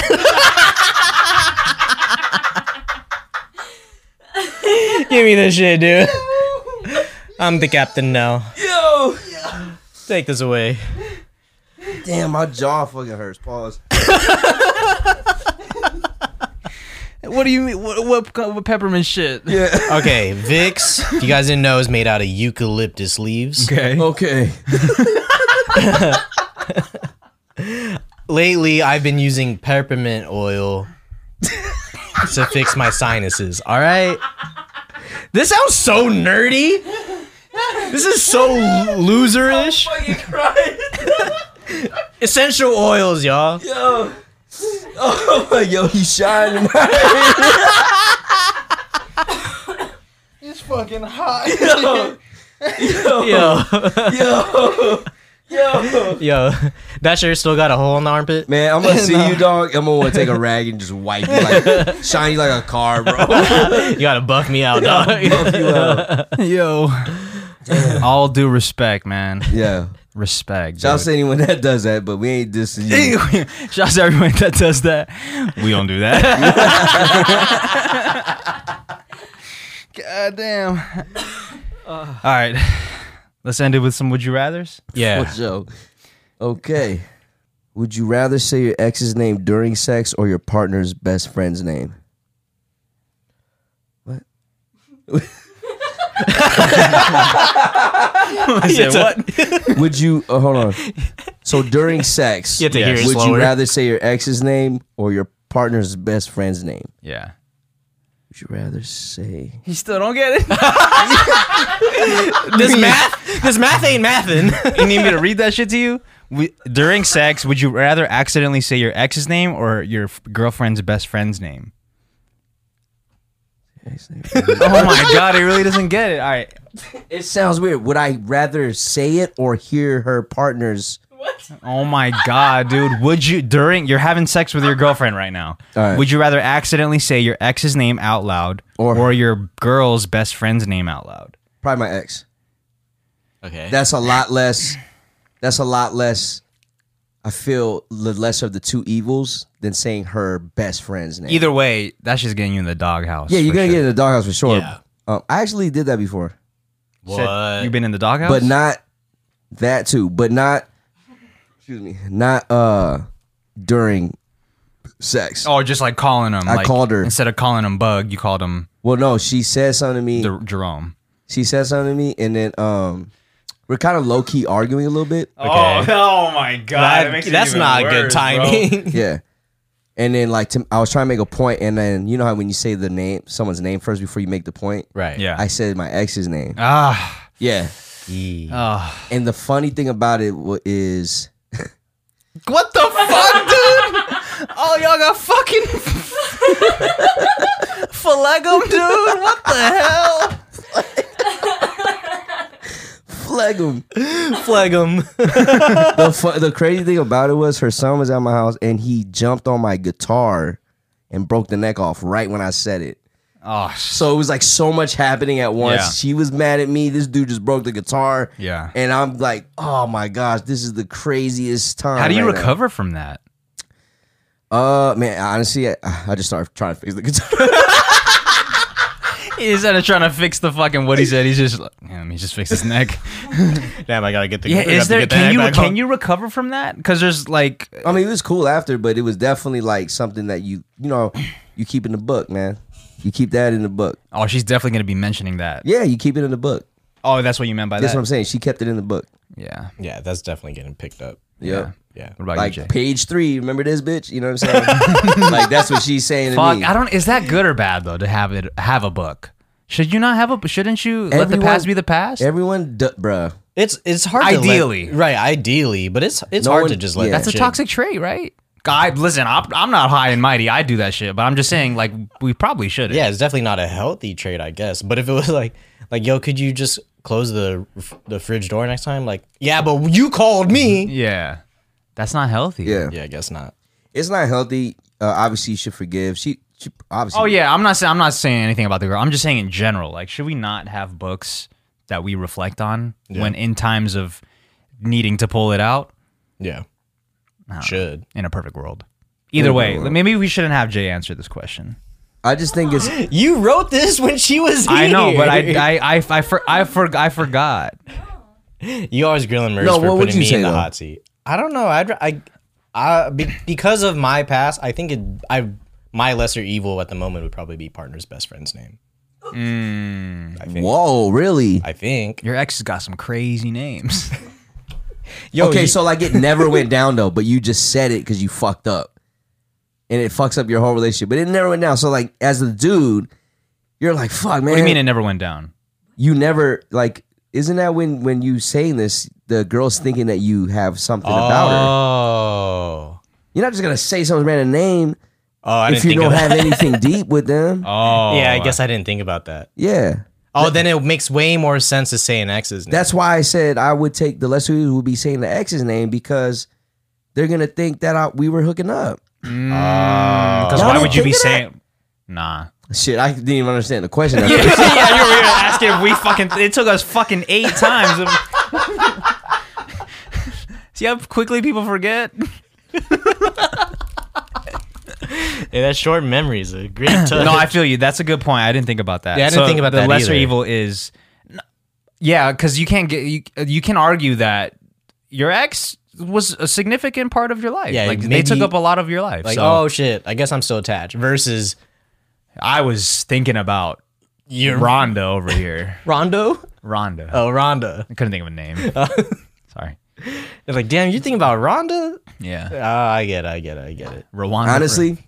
Speaker 2: <laughs> Give me this shit, dude. I'm the captain now.
Speaker 3: <laughs> Yo.
Speaker 2: Take this away.
Speaker 3: Damn, my jaw fucking hurts. Pause.
Speaker 1: What do you mean? What, what, what peppermint shit?
Speaker 3: Yeah.
Speaker 2: Okay, Vicks, if you guys didn't know, is made out of eucalyptus leaves.
Speaker 1: Okay.
Speaker 3: <laughs> Okay.
Speaker 2: Lately, I've been using peppermint oil to fix my sinuses, all right? This sounds so nerdy. This is so
Speaker 1: Oh,
Speaker 2: loserish.
Speaker 3: fucking crying.
Speaker 2: Essential oils, y'all.
Speaker 3: Yo. <laughs> Oh my yo, he's <laughs> shining.
Speaker 1: It's fucking hot.
Speaker 3: <laughs> yo. Yo.
Speaker 2: Yo,
Speaker 3: Yo.
Speaker 2: <laughs>
Speaker 3: Yo.
Speaker 2: yo, that shirt still got a hole in the armpit.
Speaker 3: Man, <laughs> I'm gonna see you, dog. I'm gonna want to take a rag and just wipe you, <laughs> like shine you like a car, bro.
Speaker 2: You gotta buff me out, dog.
Speaker 3: Bump you up.
Speaker 1: Yo. All due respect, man.
Speaker 3: <laughs> Yeah.
Speaker 1: Respect.
Speaker 3: Shout out to anyone that does that, but we ain't dissing <laughs> you.
Speaker 1: Shouts to <laughs> everyone that does that. We don't do <laughs> that. God damn. All right. Let's end it with some would you rathers.
Speaker 2: Yeah.
Speaker 3: Joe. Okay. Would you rather say your ex's name during sex or your partner's best friend's name? What?
Speaker 1: I said what?
Speaker 3: Would you? Oh, hold on. So during sex,
Speaker 2: You have to hear it
Speaker 3: would you
Speaker 2: slower.
Speaker 3: rather say your ex's name or your partner's best friend's name?
Speaker 1: Yeah.
Speaker 3: Would you rather say?
Speaker 1: You still don't <laughs> get it?
Speaker 2: This math, this math ain't
Speaker 1: <laughs>
Speaker 2: mathin'.
Speaker 1: you need me to read that shit to you? We, during sex, would you rather accidentally say your ex's name or your f- girlfriend's best friend's name? Oh <laughs> my god, he really doesn't get it. All right.
Speaker 3: It sounds weird. Would I rather say it or hear her partner's?
Speaker 1: Oh my god, dude. Would you during you're having sex with your girlfriend right now?
Speaker 3: All right.
Speaker 1: Would you rather accidentally say your ex's name out loud
Speaker 3: Or-
Speaker 1: or, your girl's best friend's name out loud?
Speaker 3: Probably my ex.
Speaker 2: Okay.
Speaker 3: that's a lot less that's a lot less i feel the lesser of the two evils than saying her best friend's name
Speaker 1: Either way, that's just getting you in the doghouse.
Speaker 3: yeah you're
Speaker 1: for
Speaker 3: gonna
Speaker 1: sure.
Speaker 3: get in the doghouse for sure
Speaker 2: Yeah.
Speaker 3: um, i actually did that before
Speaker 1: Said You've been in the doghouse?
Speaker 3: but not that too but not excuse me not uh during sex
Speaker 1: Oh, just like calling him.
Speaker 3: I
Speaker 1: like,
Speaker 3: called her.
Speaker 1: Instead of calling him Bug, you called him
Speaker 3: well no she said something to me
Speaker 1: Jer- Jerome.
Speaker 3: she said something to me and then um We're kind of low key arguing a little bit.
Speaker 1: Oh, <laughs> oh my god,
Speaker 2: That-
Speaker 1: it makes it
Speaker 2: that's
Speaker 1: even
Speaker 2: not good
Speaker 1: worse, bro.
Speaker 3: <laughs>
Speaker 2: timing.
Speaker 3: Yeah. And then like to, I was trying to make a point, and then you know how when you say the name, someone's name first before you make the point.
Speaker 2: right.
Speaker 1: Yeah.
Speaker 3: I said my ex's name.
Speaker 1: Ah.
Speaker 3: Yeah.
Speaker 2: Uh,
Speaker 1: Oh.
Speaker 3: And the funny thing about it wa- is,
Speaker 1: What the fuck, dude? Oh, y'all got
Speaker 2: <laughs>
Speaker 1: fucking Phlegum, dude. What the hell?
Speaker 3: flag him.
Speaker 2: Flag him.
Speaker 3: <laughs> the, fu- the crazy thing about it was her son was at my house and he jumped on my guitar and broke the neck off right when I said it.
Speaker 1: Oh, sh-
Speaker 3: So it was like so much happening at once.
Speaker 1: Yeah.
Speaker 3: She was mad at me. This dude just broke the guitar.
Speaker 1: yeah.
Speaker 3: And I'm like, oh my gosh, this is the craziest time.
Speaker 1: How do you
Speaker 3: right now.
Speaker 1: recover from that?
Speaker 3: Uh, man, honestly, I, I just started trying to fix the guitar. <laughs>
Speaker 1: Instead of trying to fix the fucking what he said, he's just like, "Man, let me just fix his
Speaker 3: <laughs>
Speaker 1: neck.
Speaker 2: Damn, I gotta get the.
Speaker 1: yeah,
Speaker 2: I have
Speaker 1: is
Speaker 2: to
Speaker 1: there?
Speaker 2: get the
Speaker 1: Can
Speaker 2: head
Speaker 1: you
Speaker 2: back
Speaker 1: can
Speaker 2: on.
Speaker 1: you recover from that? Because there's like,
Speaker 3: I mean, it was cool after, but it was definitely like something that you, you know, you keep in the book, man. You keep that in the book.
Speaker 1: oh, she's definitely gonna be mentioning that.
Speaker 3: Yeah, you keep it in the book.
Speaker 1: Oh, that's what you meant by
Speaker 3: That's
Speaker 1: that.
Speaker 3: what I'm saying. She kept it in the book.
Speaker 1: yeah.
Speaker 2: Yeah, that's definitely getting picked up.
Speaker 3: Yep.
Speaker 1: Yeah.
Speaker 2: Yeah.
Speaker 1: What about
Speaker 3: like
Speaker 1: you, Jay?
Speaker 3: page three. Remember this bitch? You know what I'm
Speaker 1: <laughs>
Speaker 3: saying? like that's what she's saying to
Speaker 1: Fuck,
Speaker 3: me.
Speaker 1: I don't. Is that good or bad though to have it have a book? Should you not have a? Shouldn't you let the
Speaker 3: Everyone-
Speaker 1: past be the past?
Speaker 3: Everyone, d- bruh.
Speaker 2: It's it's hard.
Speaker 1: Ideally.
Speaker 2: to let, right? Ideally, but it's it's
Speaker 3: No
Speaker 2: hard
Speaker 3: one-
Speaker 2: to just let.
Speaker 3: yeah.
Speaker 2: that
Speaker 1: That's a
Speaker 2: shit-
Speaker 1: toxic trait, right? God, listen, I'm, I'm not high and mighty. I do that shit, but I'm just saying, like, we probably shouldn't.
Speaker 2: Yeah, it's definitely not a healthy trait, I guess. But if it was like, like, yo, could you just close the the fridge door next time? Like, yeah, but you called me.
Speaker 1: Yeah. That's not healthy.
Speaker 3: Yeah,
Speaker 2: yeah, I guess not.
Speaker 3: it's not healthy. Uh, obviously, you should forgive. She, she obviously.
Speaker 1: Oh yeah, I'm not saying I'm not saying anything about the girl. I'm just saying in general, like, should we not have books that we reflect on when in times of needing to pull it out
Speaker 2: Yeah, should.
Speaker 1: in a perfect world? Either way, maybe we shouldn't have Jay answer this question.
Speaker 3: I just think
Speaker 1: <gasps>
Speaker 3: it's.
Speaker 2: You wrote this <laughs> when she was here.
Speaker 1: I know, but I I I I, for, I, for, I forgot.
Speaker 2: you always grilling Merz
Speaker 3: No,
Speaker 2: for
Speaker 3: what would
Speaker 2: putting
Speaker 3: you
Speaker 2: me
Speaker 3: say,
Speaker 2: in the
Speaker 3: though?
Speaker 2: hot seat. I don't know. I'd, I, I, be, because of my past, I think it. I my lesser evil at the moment would probably be partner's best friend's name.
Speaker 3: Hmm. Whoa, really?
Speaker 2: I think.
Speaker 1: Your ex has got some crazy names. <laughs>
Speaker 2: Yo,
Speaker 3: okay,
Speaker 2: Oh, you-
Speaker 3: so like it never went down though, but you just said it because you fucked up, and it fucks up your whole relationship. But it never went down. So like, as a dude, you're like, fuck, man.
Speaker 1: what do you mean it never went down?
Speaker 3: you never like? Isn't that when when you saying this, the girl's thinking that you have something about her?
Speaker 2: Oh.
Speaker 3: You're not just gonna say someone's random name
Speaker 2: Oh, I
Speaker 3: if
Speaker 2: didn't
Speaker 3: you
Speaker 2: think of
Speaker 3: don't
Speaker 2: that.
Speaker 3: have
Speaker 2: <laughs>
Speaker 3: anything deep with them.
Speaker 1: Oh,
Speaker 2: yeah, I guess I didn't think about that.
Speaker 3: Yeah,
Speaker 2: Oh, then it makes way more sense to say an ex's name.
Speaker 3: that's why I said I would take the lesser who would be saying the ex's name because they're gonna think that I, we were hooking up.
Speaker 1: Because
Speaker 3: Uh, Y'all
Speaker 1: why
Speaker 3: didn't
Speaker 1: would you be
Speaker 3: think of that?
Speaker 1: saying? Nah. <laughs>
Speaker 3: Shit, I didn't even understand the question.
Speaker 1: yeah, yeah, you were here asking if we fucking. It took us fucking eight times. <laughs> See how quickly people forget.
Speaker 2: yeah, that short memory is a
Speaker 3: <clears throat>
Speaker 2: great touch.
Speaker 1: No, I feel you. That's a good point. I didn't think about that.
Speaker 2: Yeah, I didn't
Speaker 1: So
Speaker 2: think about
Speaker 1: the
Speaker 2: that
Speaker 1: lesser
Speaker 2: either.
Speaker 1: evil is, yeah, because you can't get you. You can argue that your ex was a significant part of your life.
Speaker 2: Yeah,
Speaker 1: like they
Speaker 2: maybe-
Speaker 1: took up a lot of your life.
Speaker 2: like,
Speaker 1: so
Speaker 2: oh shit, I guess I'm still attached. Versus
Speaker 1: I was thinking about
Speaker 2: your
Speaker 1: Rhonda over here. <laughs>
Speaker 2: Rondo.
Speaker 1: Rhonda.
Speaker 2: Oh, Rhonda.
Speaker 1: I couldn't think of a
Speaker 2: <laughs>
Speaker 1: name. Sorry.
Speaker 2: It's like, damn, you think about Rhonda?
Speaker 1: Yeah.
Speaker 2: Ah, I get, it, I get, it, I get it.
Speaker 1: Rwanda.
Speaker 3: Honestly,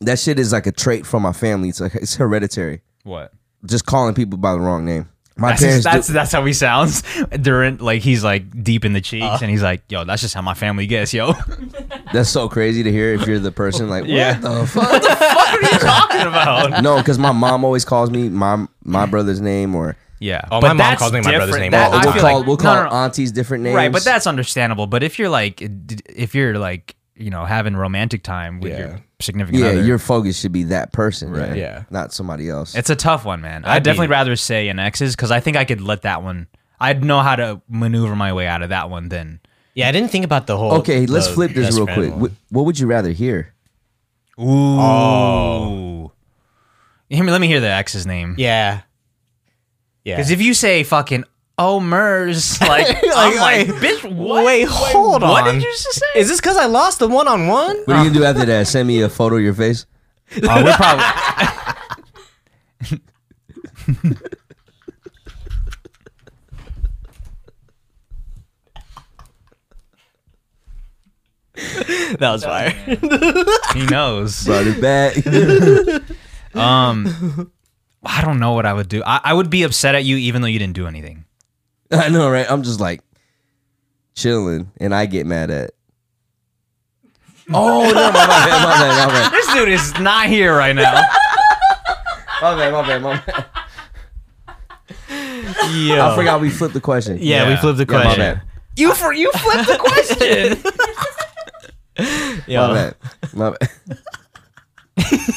Speaker 3: that shit is like a trait from my family. It's like it's hereditary.
Speaker 1: what?
Speaker 3: Just calling people by the wrong name. My
Speaker 1: That's
Speaker 3: parents.
Speaker 1: that's, that's how he sounds. Durant, like he's like deep in the cheeks,
Speaker 2: Uh.
Speaker 1: and he's like, "Yo, that's just how my family gets, yo." <laughs> What
Speaker 3: do, that's so crazy to hear if you're the person like, what
Speaker 1: Yeah.
Speaker 3: the fuck?
Speaker 1: the fuck are
Speaker 2: <laughs>
Speaker 1: you talking about?
Speaker 3: no, because my mom always calls me my my brother's name or
Speaker 1: Yeah.
Speaker 2: Oh, my mom
Speaker 1: that's
Speaker 2: calls me my brother's
Speaker 1: different.
Speaker 2: name
Speaker 1: That-
Speaker 2: all the
Speaker 1: I
Speaker 3: we'll
Speaker 1: feel
Speaker 3: call
Speaker 1: like-
Speaker 3: we'll
Speaker 1: no,
Speaker 3: call
Speaker 1: no, no.
Speaker 3: aunties different names.
Speaker 1: right, but that's understandable. But if you're like, d- if you're like, you know, having romantic time with
Speaker 2: Yeah.
Speaker 1: your significant
Speaker 3: yeah,
Speaker 1: other,
Speaker 3: your focus should be that person, right?
Speaker 2: Yeah.
Speaker 3: not somebody else.
Speaker 1: it's a tough one, man.
Speaker 2: I'd
Speaker 1: I'd
Speaker 2: be-
Speaker 1: definitely rather say an ex's because I think I could let that one. I'd know how to maneuver my way out of that one than.
Speaker 2: Yeah, I didn't think about the whole.
Speaker 3: okay, let's
Speaker 2: the
Speaker 3: flip this
Speaker 2: best
Speaker 3: real
Speaker 2: friend
Speaker 3: quick.
Speaker 2: one.
Speaker 3: Wh- What would you rather hear?
Speaker 1: Ooh. Oh. Let me- Let me hear the ex's name.
Speaker 2: yeah, yeah.
Speaker 1: Because if you say fucking oh <laughs> Mers, <laughs>
Speaker 3: <laughs>
Speaker 1: like, I'm like, <laughs> bitch, what?
Speaker 2: wait, hold
Speaker 1: What
Speaker 2: on.
Speaker 1: did you just say?
Speaker 2: is this because I lost the one on one?
Speaker 3: What are you gonna do after that? Send me a photo of your face.
Speaker 1: Uh, we're probably
Speaker 4: that was fire.
Speaker 1: He knows.
Speaker 3: Brought it back.
Speaker 1: <laughs> Um, I don't know what I would do. I, I would be upset at you even though you didn't do anything.
Speaker 3: <laughs> I know, right? I'm just like chilling, and I get mad at. <laughs> Oh no! My bad, my bad, my bad,
Speaker 1: This dude is <laughs> not here right now.
Speaker 3: <laughs> my bad, my bad, my bad.
Speaker 4: Yo.
Speaker 3: I forgot we flipped the question.
Speaker 4: Yeah, we
Speaker 1: Yeah.
Speaker 4: flipped the
Speaker 3: Oh. yeah, my
Speaker 4: question.
Speaker 3: bad,
Speaker 1: <laughs> You for you flipped the question.
Speaker 4: Yo.
Speaker 3: my bad, my bad. <laughs>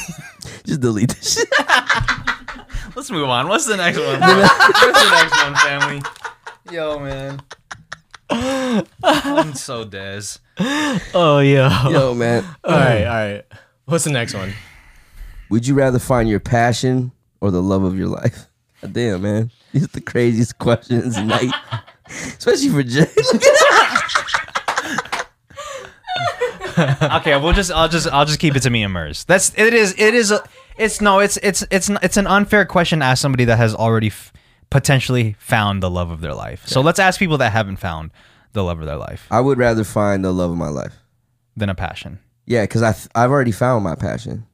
Speaker 3: Just delete this shit.
Speaker 1: <laughs> Let's move on. What's the next one? <laughs> What's the next one, family? Yo, man. I'm so des.
Speaker 4: Oh, yo.
Speaker 3: Yo, man.
Speaker 2: All right,
Speaker 4: Hmm.
Speaker 2: all right. What's the next one?
Speaker 3: Would you rather find your passion or the love of your life? <laughs> God damn, man. These are the craziest questions night. <laughs> Especially for Jay. <laughs>
Speaker 1: Okay, we'll just I'll just I'll just keep it to me and Mers. That's it is it is a, it's no it's it's it's n- it's an unfair question to ask somebody that has already f- potentially found the love of their life. So let's ask people that haven't found the love of their life
Speaker 3: I would rather find the love of my life.
Speaker 1: than a passion.
Speaker 3: Yeah, because I I've already found my passion.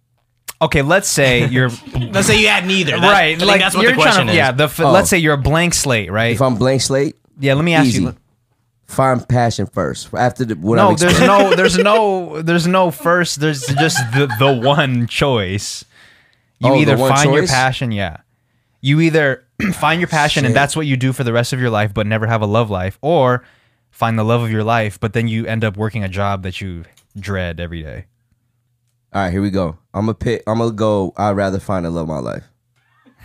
Speaker 1: Okay, let's
Speaker 2: <laughs>
Speaker 1: say you're
Speaker 2: Let's say you had neither. That's- I
Speaker 1: right.
Speaker 2: think
Speaker 1: like
Speaker 2: that's what
Speaker 1: you're
Speaker 2: the question
Speaker 1: trying to,
Speaker 2: is.
Speaker 1: Yeah. The f-
Speaker 3: Oh.
Speaker 1: let's say you're a blank slate, right?
Speaker 3: If I'm blank slate,
Speaker 1: Yeah. Let me ask
Speaker 3: easy.
Speaker 1: you.
Speaker 3: Find passion first. After the what I'm
Speaker 1: No,
Speaker 3: expecting.
Speaker 1: there's no, there's
Speaker 3: <laughs>
Speaker 1: no, there's no first. There's just the, the one choice. You
Speaker 3: Oh, the
Speaker 1: either
Speaker 3: one
Speaker 1: find your
Speaker 3: choice?
Speaker 1: passion, yeah. You either <clears throat> find your passion
Speaker 3: Shit.
Speaker 1: and that's what you do for the rest of your life, but never have a love life, or find the love of your life, but then you end up working a job that you dread every day.
Speaker 3: All right, here we go. I'm gonna pick. I'm gonna go. I'd rather find the love of my life,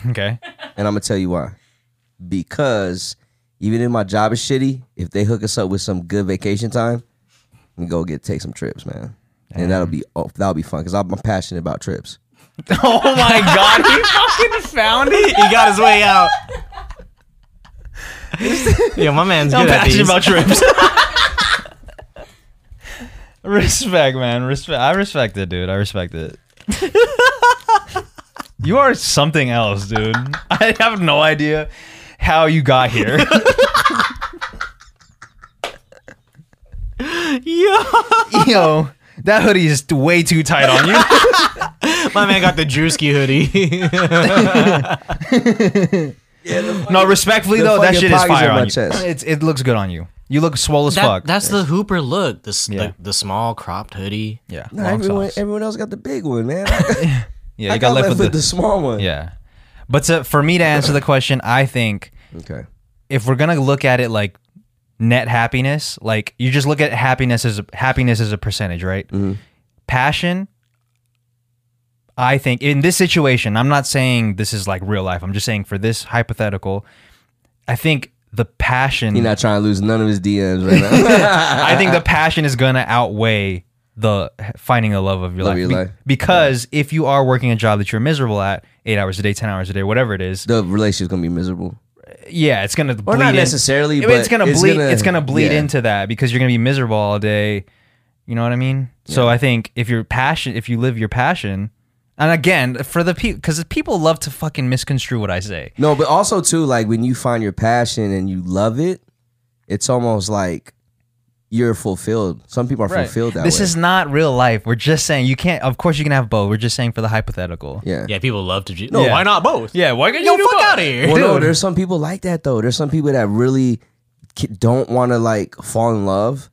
Speaker 1: Okay.
Speaker 3: and I'm gonna tell you why. Because even if my job is shitty, if they hook us up with some good vacation time, we go get take some trips, man. And that'll be oh, that'll be fun because I'm passionate about trips.
Speaker 1: oh <laughs> my god, he <laughs> fucking found it.
Speaker 4: He got his way
Speaker 1: <laughs>
Speaker 4: out. Yo, my man's good at these.
Speaker 1: trips. <laughs> respect, man. Respect. I respect it, dude. I respect <laughs> it. you are something else, dude. <laughs> I have no idea how you got <laughs> here.
Speaker 4: Yo,
Speaker 1: Yo, that hoodie is way too tight on you.
Speaker 4: <laughs>
Speaker 1: <laughs>
Speaker 4: my man got the Drewski hoodie. <laughs>
Speaker 1: no, respectfully
Speaker 3: The
Speaker 1: though, that
Speaker 3: fucking
Speaker 1: shit is
Speaker 3: pockets
Speaker 1: fire
Speaker 3: in
Speaker 1: on
Speaker 3: my
Speaker 1: you.
Speaker 3: chest.
Speaker 1: It's, it looks good on you. You look swole as fuck.
Speaker 4: that's the Hooper look. The, s
Speaker 1: Yeah.
Speaker 4: the the small cropped hoodie.
Speaker 1: yeah.
Speaker 3: Nah,
Speaker 1: long
Speaker 3: everyone,
Speaker 1: socks.
Speaker 3: everyone else got the big
Speaker 1: <laughs>
Speaker 3: one, man.
Speaker 1: yeah,
Speaker 3: I
Speaker 1: you got, left with the,
Speaker 3: the small
Speaker 1: <laughs>
Speaker 3: one.
Speaker 1: yeah. But to, for me to answer the question, I think
Speaker 3: Okay.
Speaker 1: if we're gonna look at it like net happiness, like you just look at happiness as a, happiness as a percentage, right?
Speaker 3: Mm-hmm.
Speaker 1: Passion. I think in this situation, I'm not saying this is like real life. I'm just saying for this hypothetical, I think the passion.
Speaker 3: He not trying to lose none of his DMs right
Speaker 1: <laughs>
Speaker 3: now.
Speaker 1: I think
Speaker 3: <laughs>
Speaker 1: the passion is gonna outweigh the finding the love of your life,
Speaker 3: Love of your
Speaker 1: Be-
Speaker 3: life.
Speaker 1: because if you are working a job that you're miserable at, eight hours a day, ten hours a day, whatever it is,
Speaker 3: the relationship's gonna be miserable.
Speaker 1: yeah, it's gonna
Speaker 3: Or
Speaker 1: bleed
Speaker 3: not
Speaker 1: in-
Speaker 3: necessarily,
Speaker 1: I mean,
Speaker 3: but
Speaker 1: it's gonna bleed.
Speaker 3: gonna-
Speaker 1: it's gonna bleed
Speaker 3: yeah.
Speaker 1: into that because you're gonna be miserable all day. You know what I mean? So I think if your passion, if you live your passion, and again for the people, because people love to fucking misconstrue what I say.
Speaker 3: No, but also too, like when you find your passion and you love it, it's almost like you're fulfilled. Some people are fulfilled that
Speaker 1: this
Speaker 3: way.
Speaker 1: is not real life. We're just saying you can't. Of course you can have both. We're just saying for the hypothetical.
Speaker 3: yeah.
Speaker 4: Yeah, people love to. Ju- no,
Speaker 1: Yeah.
Speaker 4: why not both?
Speaker 1: Yeah, why can't
Speaker 4: Yo, fuck out of here.
Speaker 3: Well, no, there's some people like that though. There's some people that really ki- don't want to like fall in love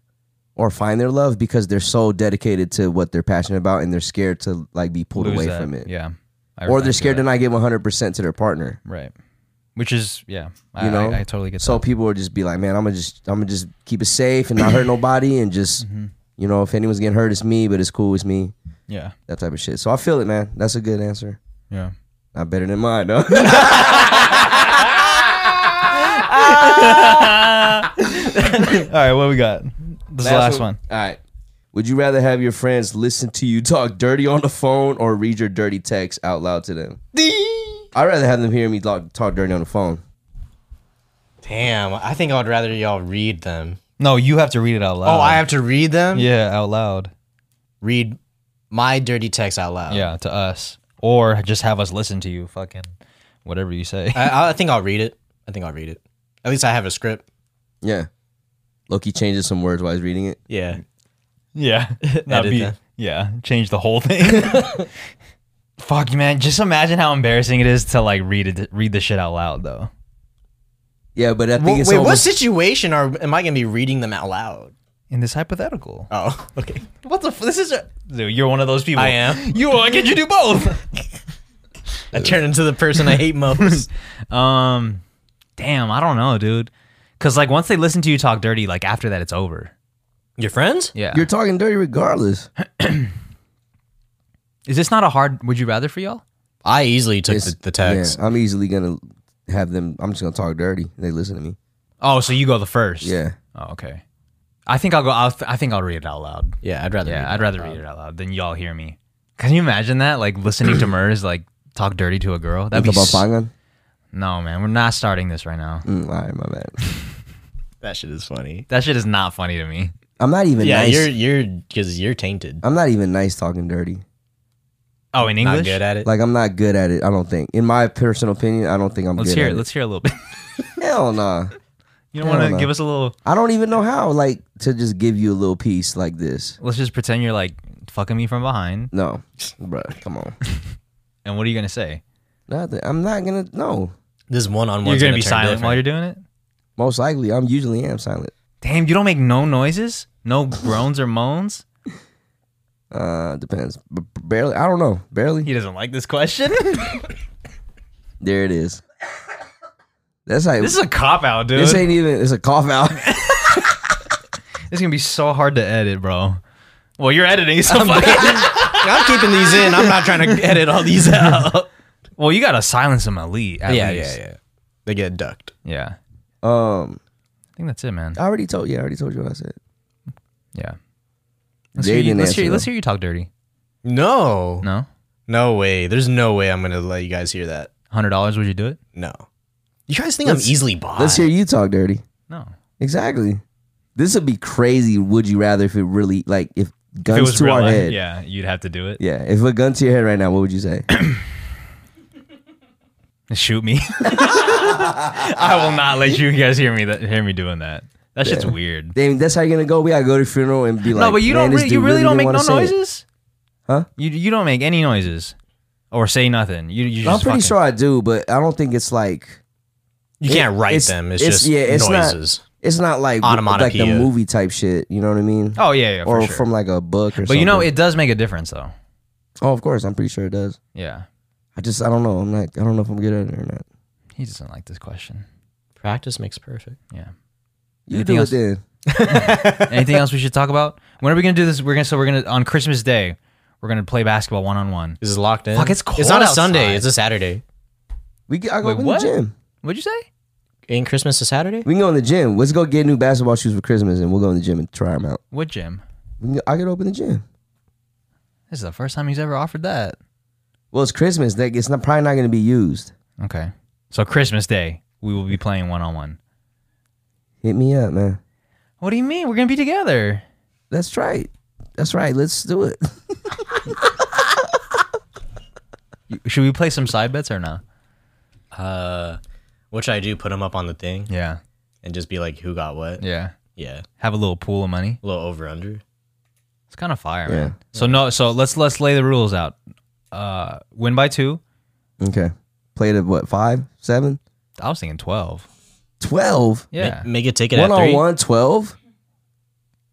Speaker 3: or find their love because they're so dedicated to what they're passionate about and they're scared to like be pulled away from it.
Speaker 1: Yeah. I
Speaker 3: Or
Speaker 1: I
Speaker 3: they're scared
Speaker 1: feel
Speaker 3: to not give 100% to their partner.
Speaker 1: that. right. Which is yeah, I,
Speaker 3: You know?
Speaker 1: I, I totally get
Speaker 3: So
Speaker 1: that.
Speaker 3: people would just be like, man, I'm gonna just I'm gonna just keep it safe and not hurt nobody and just you know, if anyone's getting hurt, it's me, but it's cool, it's me.
Speaker 1: Yeah,
Speaker 3: That type of shit. So I feel it, man. That's a good answer.
Speaker 1: yeah.
Speaker 3: Not better than mine, though. <laughs>
Speaker 1: <laughs> All right, what we got? This is the last one.
Speaker 3: All right. Would you rather have your friends listen to you talk dirty on the phone or read your dirty text out loud to them? I'd rather have them hear me talk, talk dirty on the phone.
Speaker 4: Damn, I think I would rather y'all read them.
Speaker 1: No, you have to read it out loud.
Speaker 4: oh, I have to read them.
Speaker 1: Yeah, out loud.
Speaker 4: Read my dirty text out loud.
Speaker 1: Yeah, to us. Or just have us listen to you, fucking whatever you say.
Speaker 4: I, I think I'll read it. I think I'll read it. At least I have a script.
Speaker 3: Yeah. Loki changes some words while he's reading it.
Speaker 4: Yeah.
Speaker 1: <laughs>
Speaker 4: <laughs>
Speaker 1: Yeah. Not
Speaker 4: Edit
Speaker 1: be,
Speaker 4: that.
Speaker 1: yeah. Change the whole thing. <laughs> Fuck, man. Just imagine how embarrassing it is to like read it, read the shit out loud, though.
Speaker 3: Yeah, but I think
Speaker 2: Wait,
Speaker 3: it's
Speaker 2: wait, what
Speaker 3: almost,
Speaker 2: situation are am I gonna be reading them out loud?
Speaker 1: In this hypothetical.
Speaker 4: <laughs>
Speaker 2: Oh, okay.
Speaker 1: What the? F- this is a. Dude, you're one of those people.
Speaker 2: I am.
Speaker 1: You are. Can you do both?
Speaker 2: I turn into the person I
Speaker 1: <laughs>
Speaker 2: hate most.
Speaker 1: um, damn. I don't know, dude. Cause like once they listen to you talk dirty, like after that, it's over.
Speaker 2: Your friends?
Speaker 1: Yeah.
Speaker 3: you're talking dirty regardless.
Speaker 1: is this not a hard? Would you rather for y'all?
Speaker 2: I easily took
Speaker 3: It's-
Speaker 2: the, the text.
Speaker 3: Yeah, I'm easily gonna have them. I'm just gonna talk dirty. They listen to me.
Speaker 1: Oh, so you go the first.
Speaker 3: Yeah,
Speaker 1: Oh, okay. I think I'll go. I'll, I think I'll read it out loud.
Speaker 2: Yeah, I'd rather.
Speaker 1: Yeah, I'd rather read it out loud than y'all hear me. Can you imagine that? Like listening to <clears throat> Murs like talk dirty to a girl. That'd
Speaker 3: Think
Speaker 1: be
Speaker 3: about
Speaker 1: s-
Speaker 3: Pangan?
Speaker 1: no, man. We're not starting this right now.
Speaker 3: Mm, all right, my bad.
Speaker 2: That shit is funny.
Speaker 1: That shit is not funny to me.
Speaker 3: I'm not even
Speaker 2: Yeah,
Speaker 3: nice.
Speaker 2: you're you're because you're tainted.
Speaker 3: I'm not even nice talking dirty.
Speaker 1: Oh, in English.
Speaker 2: Not good at it.
Speaker 3: Like I'm not good at it. I don't think. In my personal opinion, I don't think I'm
Speaker 1: Let's
Speaker 3: good
Speaker 1: hear
Speaker 3: at
Speaker 1: it.
Speaker 3: it.
Speaker 1: Let's hear a little bit.
Speaker 3: <laughs>
Speaker 1: <laughs>
Speaker 3: Hell nah.
Speaker 1: You don't
Speaker 3: Hell
Speaker 1: want to
Speaker 3: no.
Speaker 1: give us a little.
Speaker 3: I don't even know how. Like to just give you a little piece like this.
Speaker 1: Let's just pretend you're like fucking me from behind.
Speaker 3: No, bruh, come on.
Speaker 1: And what are you gonna say?
Speaker 3: Nothing. I'm not gonna. No.
Speaker 2: this one on
Speaker 1: You're
Speaker 2: one's
Speaker 1: gonna,
Speaker 2: gonna
Speaker 1: be
Speaker 2: turn
Speaker 1: silent
Speaker 2: different.
Speaker 1: while you're doing it.
Speaker 3: Most likely, I'm usually am silent.
Speaker 1: Damn, you don't make no noises, <laughs> no groans or moans.
Speaker 3: Uh, depends. B- b- barely. I don't know. Barely.
Speaker 1: He doesn't like this question. <laughs>
Speaker 3: There it is. That's like
Speaker 1: this is a cop out, dude.
Speaker 3: This ain't even. It's a cough out. <laughs>
Speaker 1: It's gonna be so hard to edit, bro. Well, you're editing, so fuck it.
Speaker 2: <laughs> I'm keeping these in. I'm not trying to <laughs> edit all these out.
Speaker 1: Well, you gotta silence him at least. At
Speaker 2: yeah, yeah,
Speaker 1: least.
Speaker 2: yeah. They get ducked.
Speaker 1: Yeah.
Speaker 3: um,
Speaker 1: I think that's it, man.
Speaker 3: I already told. Yeah, I already told you what I said.
Speaker 1: Yeah. Let's,
Speaker 3: They
Speaker 1: hear you,
Speaker 3: didn't
Speaker 1: let's, hear,
Speaker 3: answer,
Speaker 1: let's
Speaker 3: though.
Speaker 1: hear you talk dirty.
Speaker 2: No. no,
Speaker 1: No,
Speaker 2: way. There's no way I'm gonna let you guys hear that.
Speaker 1: hundred dollars? Would you do it?
Speaker 2: No. You guys think
Speaker 3: Let's-
Speaker 2: I'm easily bought?
Speaker 3: Let's hear you talk dirty.
Speaker 1: No.
Speaker 3: Exactly. This would be crazy. Would you rather if it really like if
Speaker 1: If it
Speaker 3: guns
Speaker 1: was
Speaker 3: to
Speaker 1: real
Speaker 3: our
Speaker 1: life,
Speaker 3: head?
Speaker 1: yeah, you'd have to do it.
Speaker 3: Yeah, If a gun to your head right now, what would
Speaker 1: <coughs>
Speaker 3: you say?
Speaker 1: <laughs> Shoot
Speaker 3: <laughs>
Speaker 1: me. I will not let you guys hear me that hear me doing that. That shit's weird.
Speaker 3: Damn, that's how you're gonna go. We gotta go to funeral and be like,
Speaker 1: no, but you
Speaker 3: "Man,
Speaker 1: don't.
Speaker 3: this
Speaker 1: Re- you
Speaker 3: dude
Speaker 1: really, don't
Speaker 3: didn't
Speaker 1: make
Speaker 3: wanna
Speaker 1: no
Speaker 3: say it."
Speaker 1: noises,
Speaker 3: Huh?
Speaker 1: You you don't make any noises, or say nothing. You you just.
Speaker 3: I'm
Speaker 1: fucking-
Speaker 3: pretty sure I do, but I don't think it's like
Speaker 2: you
Speaker 3: it-
Speaker 2: can't write
Speaker 3: it's-
Speaker 2: them. It's,
Speaker 3: it's-
Speaker 2: just
Speaker 3: yeah, it's not-
Speaker 2: noises.
Speaker 3: it's not like like the
Speaker 2: Onomatopoeia.
Speaker 3: movie type shit. You know what I mean?
Speaker 1: Oh yeah, yeah, for
Speaker 3: or
Speaker 1: sure.
Speaker 3: from like a book or
Speaker 1: but
Speaker 3: something.
Speaker 1: you know, it does make a difference, though.
Speaker 3: Oh, of course, I'm pretty sure it does.
Speaker 1: Yeah,
Speaker 3: I just I don't know. I'm like I don't know if I'm good at it or not.
Speaker 1: he doesn't like this question.
Speaker 2: Practice makes perfect.
Speaker 1: Yeah.
Speaker 3: You
Speaker 1: Anything
Speaker 3: do
Speaker 1: else?
Speaker 3: it then.
Speaker 1: Anything else we should talk about? When are we gonna do this? We're gonna so we're gonna on Christmas Day, we're gonna play basketball one on one.
Speaker 2: This is locked in.
Speaker 1: Fuck, it's cold
Speaker 2: It's not
Speaker 1: outside.
Speaker 2: a Sunday. It's a Saturday.
Speaker 3: We can, I go
Speaker 1: Wait,
Speaker 3: in
Speaker 1: what?
Speaker 3: the gym.
Speaker 1: What'd you say?
Speaker 2: Ain't Christmas a Saturday?
Speaker 3: We can go in the gym. Let's go get new basketball shoes for Christmas, and we'll go in the gym and try them out.
Speaker 1: What gym?
Speaker 3: We can, I could open the gym.
Speaker 1: This is the first time he's ever offered that.
Speaker 3: Well, it's Christmas. That it's not probably not going to be used.
Speaker 1: Okay. So Christmas Day, we will be playing one on one.
Speaker 3: Hit me up, man.
Speaker 1: What do you mean? We're gonna be together.
Speaker 3: That's right. That's right. Let's do it. <laughs>
Speaker 1: Should we play some side bets or not?
Speaker 2: Uh, which I do put them up on the thing
Speaker 1: Yeah.
Speaker 2: and just be like, who got what?
Speaker 1: Yeah.
Speaker 2: Yeah,
Speaker 1: Have a little pool of money.
Speaker 2: a little over under.
Speaker 1: It's kind of fire,
Speaker 3: Yeah.
Speaker 1: man. So no, so let's let's lay the rules out. Uh, win by two.
Speaker 3: Okay. Played at what? Five, seven,
Speaker 1: I was thinking twelve.
Speaker 3: twelve.
Speaker 1: Yeah.
Speaker 2: Make it ticket
Speaker 3: One
Speaker 2: at
Speaker 3: on
Speaker 2: three.
Speaker 3: one, twelve.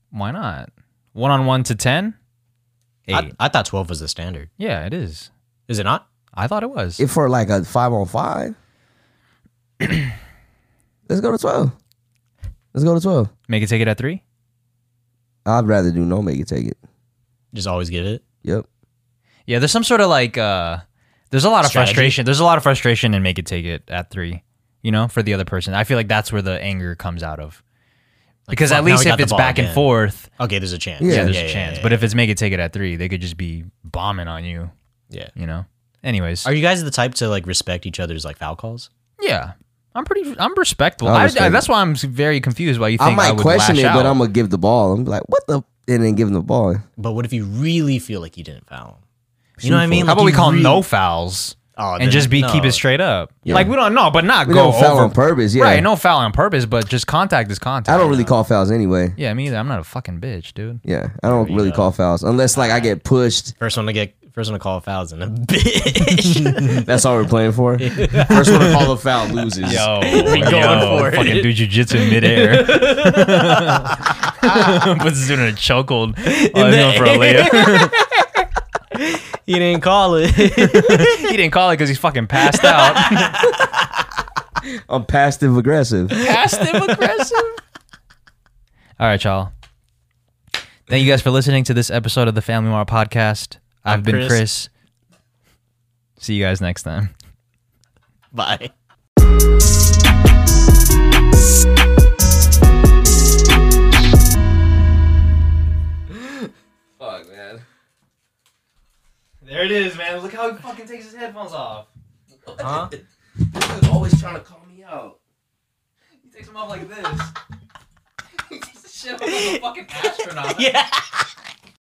Speaker 1: Why not? One on one to ten. Eight.
Speaker 2: I, I thought twelve was the standard.
Speaker 1: yeah, it is.
Speaker 2: Is it not?
Speaker 1: I thought it was.
Speaker 3: If for like a five on five. <clears throat> Let's go to twelve. Let's go to twelve.
Speaker 1: Make it take it at three.
Speaker 3: I'd rather do no make it take it.
Speaker 2: Just always get it.
Speaker 3: Yep.
Speaker 1: Yeah, there's some sort of like uh there's a lot of
Speaker 2: Strategy.
Speaker 1: frustration. There's a lot of frustration in make it take it at three, you know, for the other person. I feel like that's where the anger comes out of. Because
Speaker 2: fuck,
Speaker 1: at
Speaker 2: now we
Speaker 1: least
Speaker 2: got
Speaker 1: if
Speaker 2: the
Speaker 1: it's
Speaker 2: ball
Speaker 1: back and
Speaker 2: again.
Speaker 1: forth,
Speaker 2: Okay, there's a chance.
Speaker 3: Yeah,
Speaker 1: yeah, there's a
Speaker 2: yeah,
Speaker 1: chance.
Speaker 2: yeah,
Speaker 1: But if it's make it take it at three, they could just be bombing on you,
Speaker 2: yeah.
Speaker 1: you know? Anyways.
Speaker 2: Are you guys the type to like respect each other's like foul calls?
Speaker 1: yeah. I'm pretty I'm respectful.
Speaker 3: I
Speaker 1: I,
Speaker 3: respect
Speaker 1: I-
Speaker 3: it.
Speaker 1: that's why I'm very confused why you
Speaker 3: I
Speaker 1: think I,
Speaker 3: might
Speaker 1: would
Speaker 3: question
Speaker 1: lash
Speaker 3: it,
Speaker 1: out.
Speaker 3: but I'm gonna give the ball. I'm like, what the? And then give him the ball.
Speaker 2: But what if you really feel like you didn't foul? 'em? You know what I mean?
Speaker 1: How
Speaker 2: Like,
Speaker 1: about
Speaker 2: you
Speaker 1: we call
Speaker 2: really-
Speaker 1: no fouls?
Speaker 2: Oh,
Speaker 1: and just be
Speaker 2: no.
Speaker 1: keep it straight up.
Speaker 3: Yeah.
Speaker 1: Like we don't know, but not
Speaker 3: We
Speaker 1: go
Speaker 3: don't foul
Speaker 1: over.
Speaker 3: on purpose, yeah.
Speaker 1: Right, no foul on purpose, but just contact is contact.
Speaker 3: I don't really call fouls anyway.
Speaker 1: Yeah, me either. I'm not a fucking bitch, dude.
Speaker 3: Yeah, I don't really call fouls unless like I get pushed.
Speaker 2: First one to get, first one to call fouls in a <laughs> bitch. <laughs>
Speaker 3: That's all we're
Speaker 1: <laughs>
Speaker 3: playing for. First one to call a foul loses.
Speaker 1: Yo, yo,
Speaker 2: for it.
Speaker 1: fucking do jujitsu in
Speaker 2: <laughs>
Speaker 1: midair. <laughs> Puts this dude in a chokehold. Oh, he's going for a
Speaker 2: <laughs>
Speaker 1: layup.
Speaker 2: he didn't call it. <laughs>
Speaker 1: he didn't call it because he's fucking passed out.
Speaker 3: I'm passive aggressive.
Speaker 1: Passive aggressive. All right, y'all. Thank you guys for listening to this episode of the Family Mar podcast. I've
Speaker 2: I'm
Speaker 1: been
Speaker 2: Chris.
Speaker 1: Chris. See you guys next time.
Speaker 2: Bye.
Speaker 3: Fuck man.
Speaker 1: There it is, man. Look how he fucking takes his headphones off.
Speaker 3: <laughs> Huh? This is always trying to call me out.
Speaker 1: He takes <laughs> them off like this. he takes the shit off like a fucking astronaut.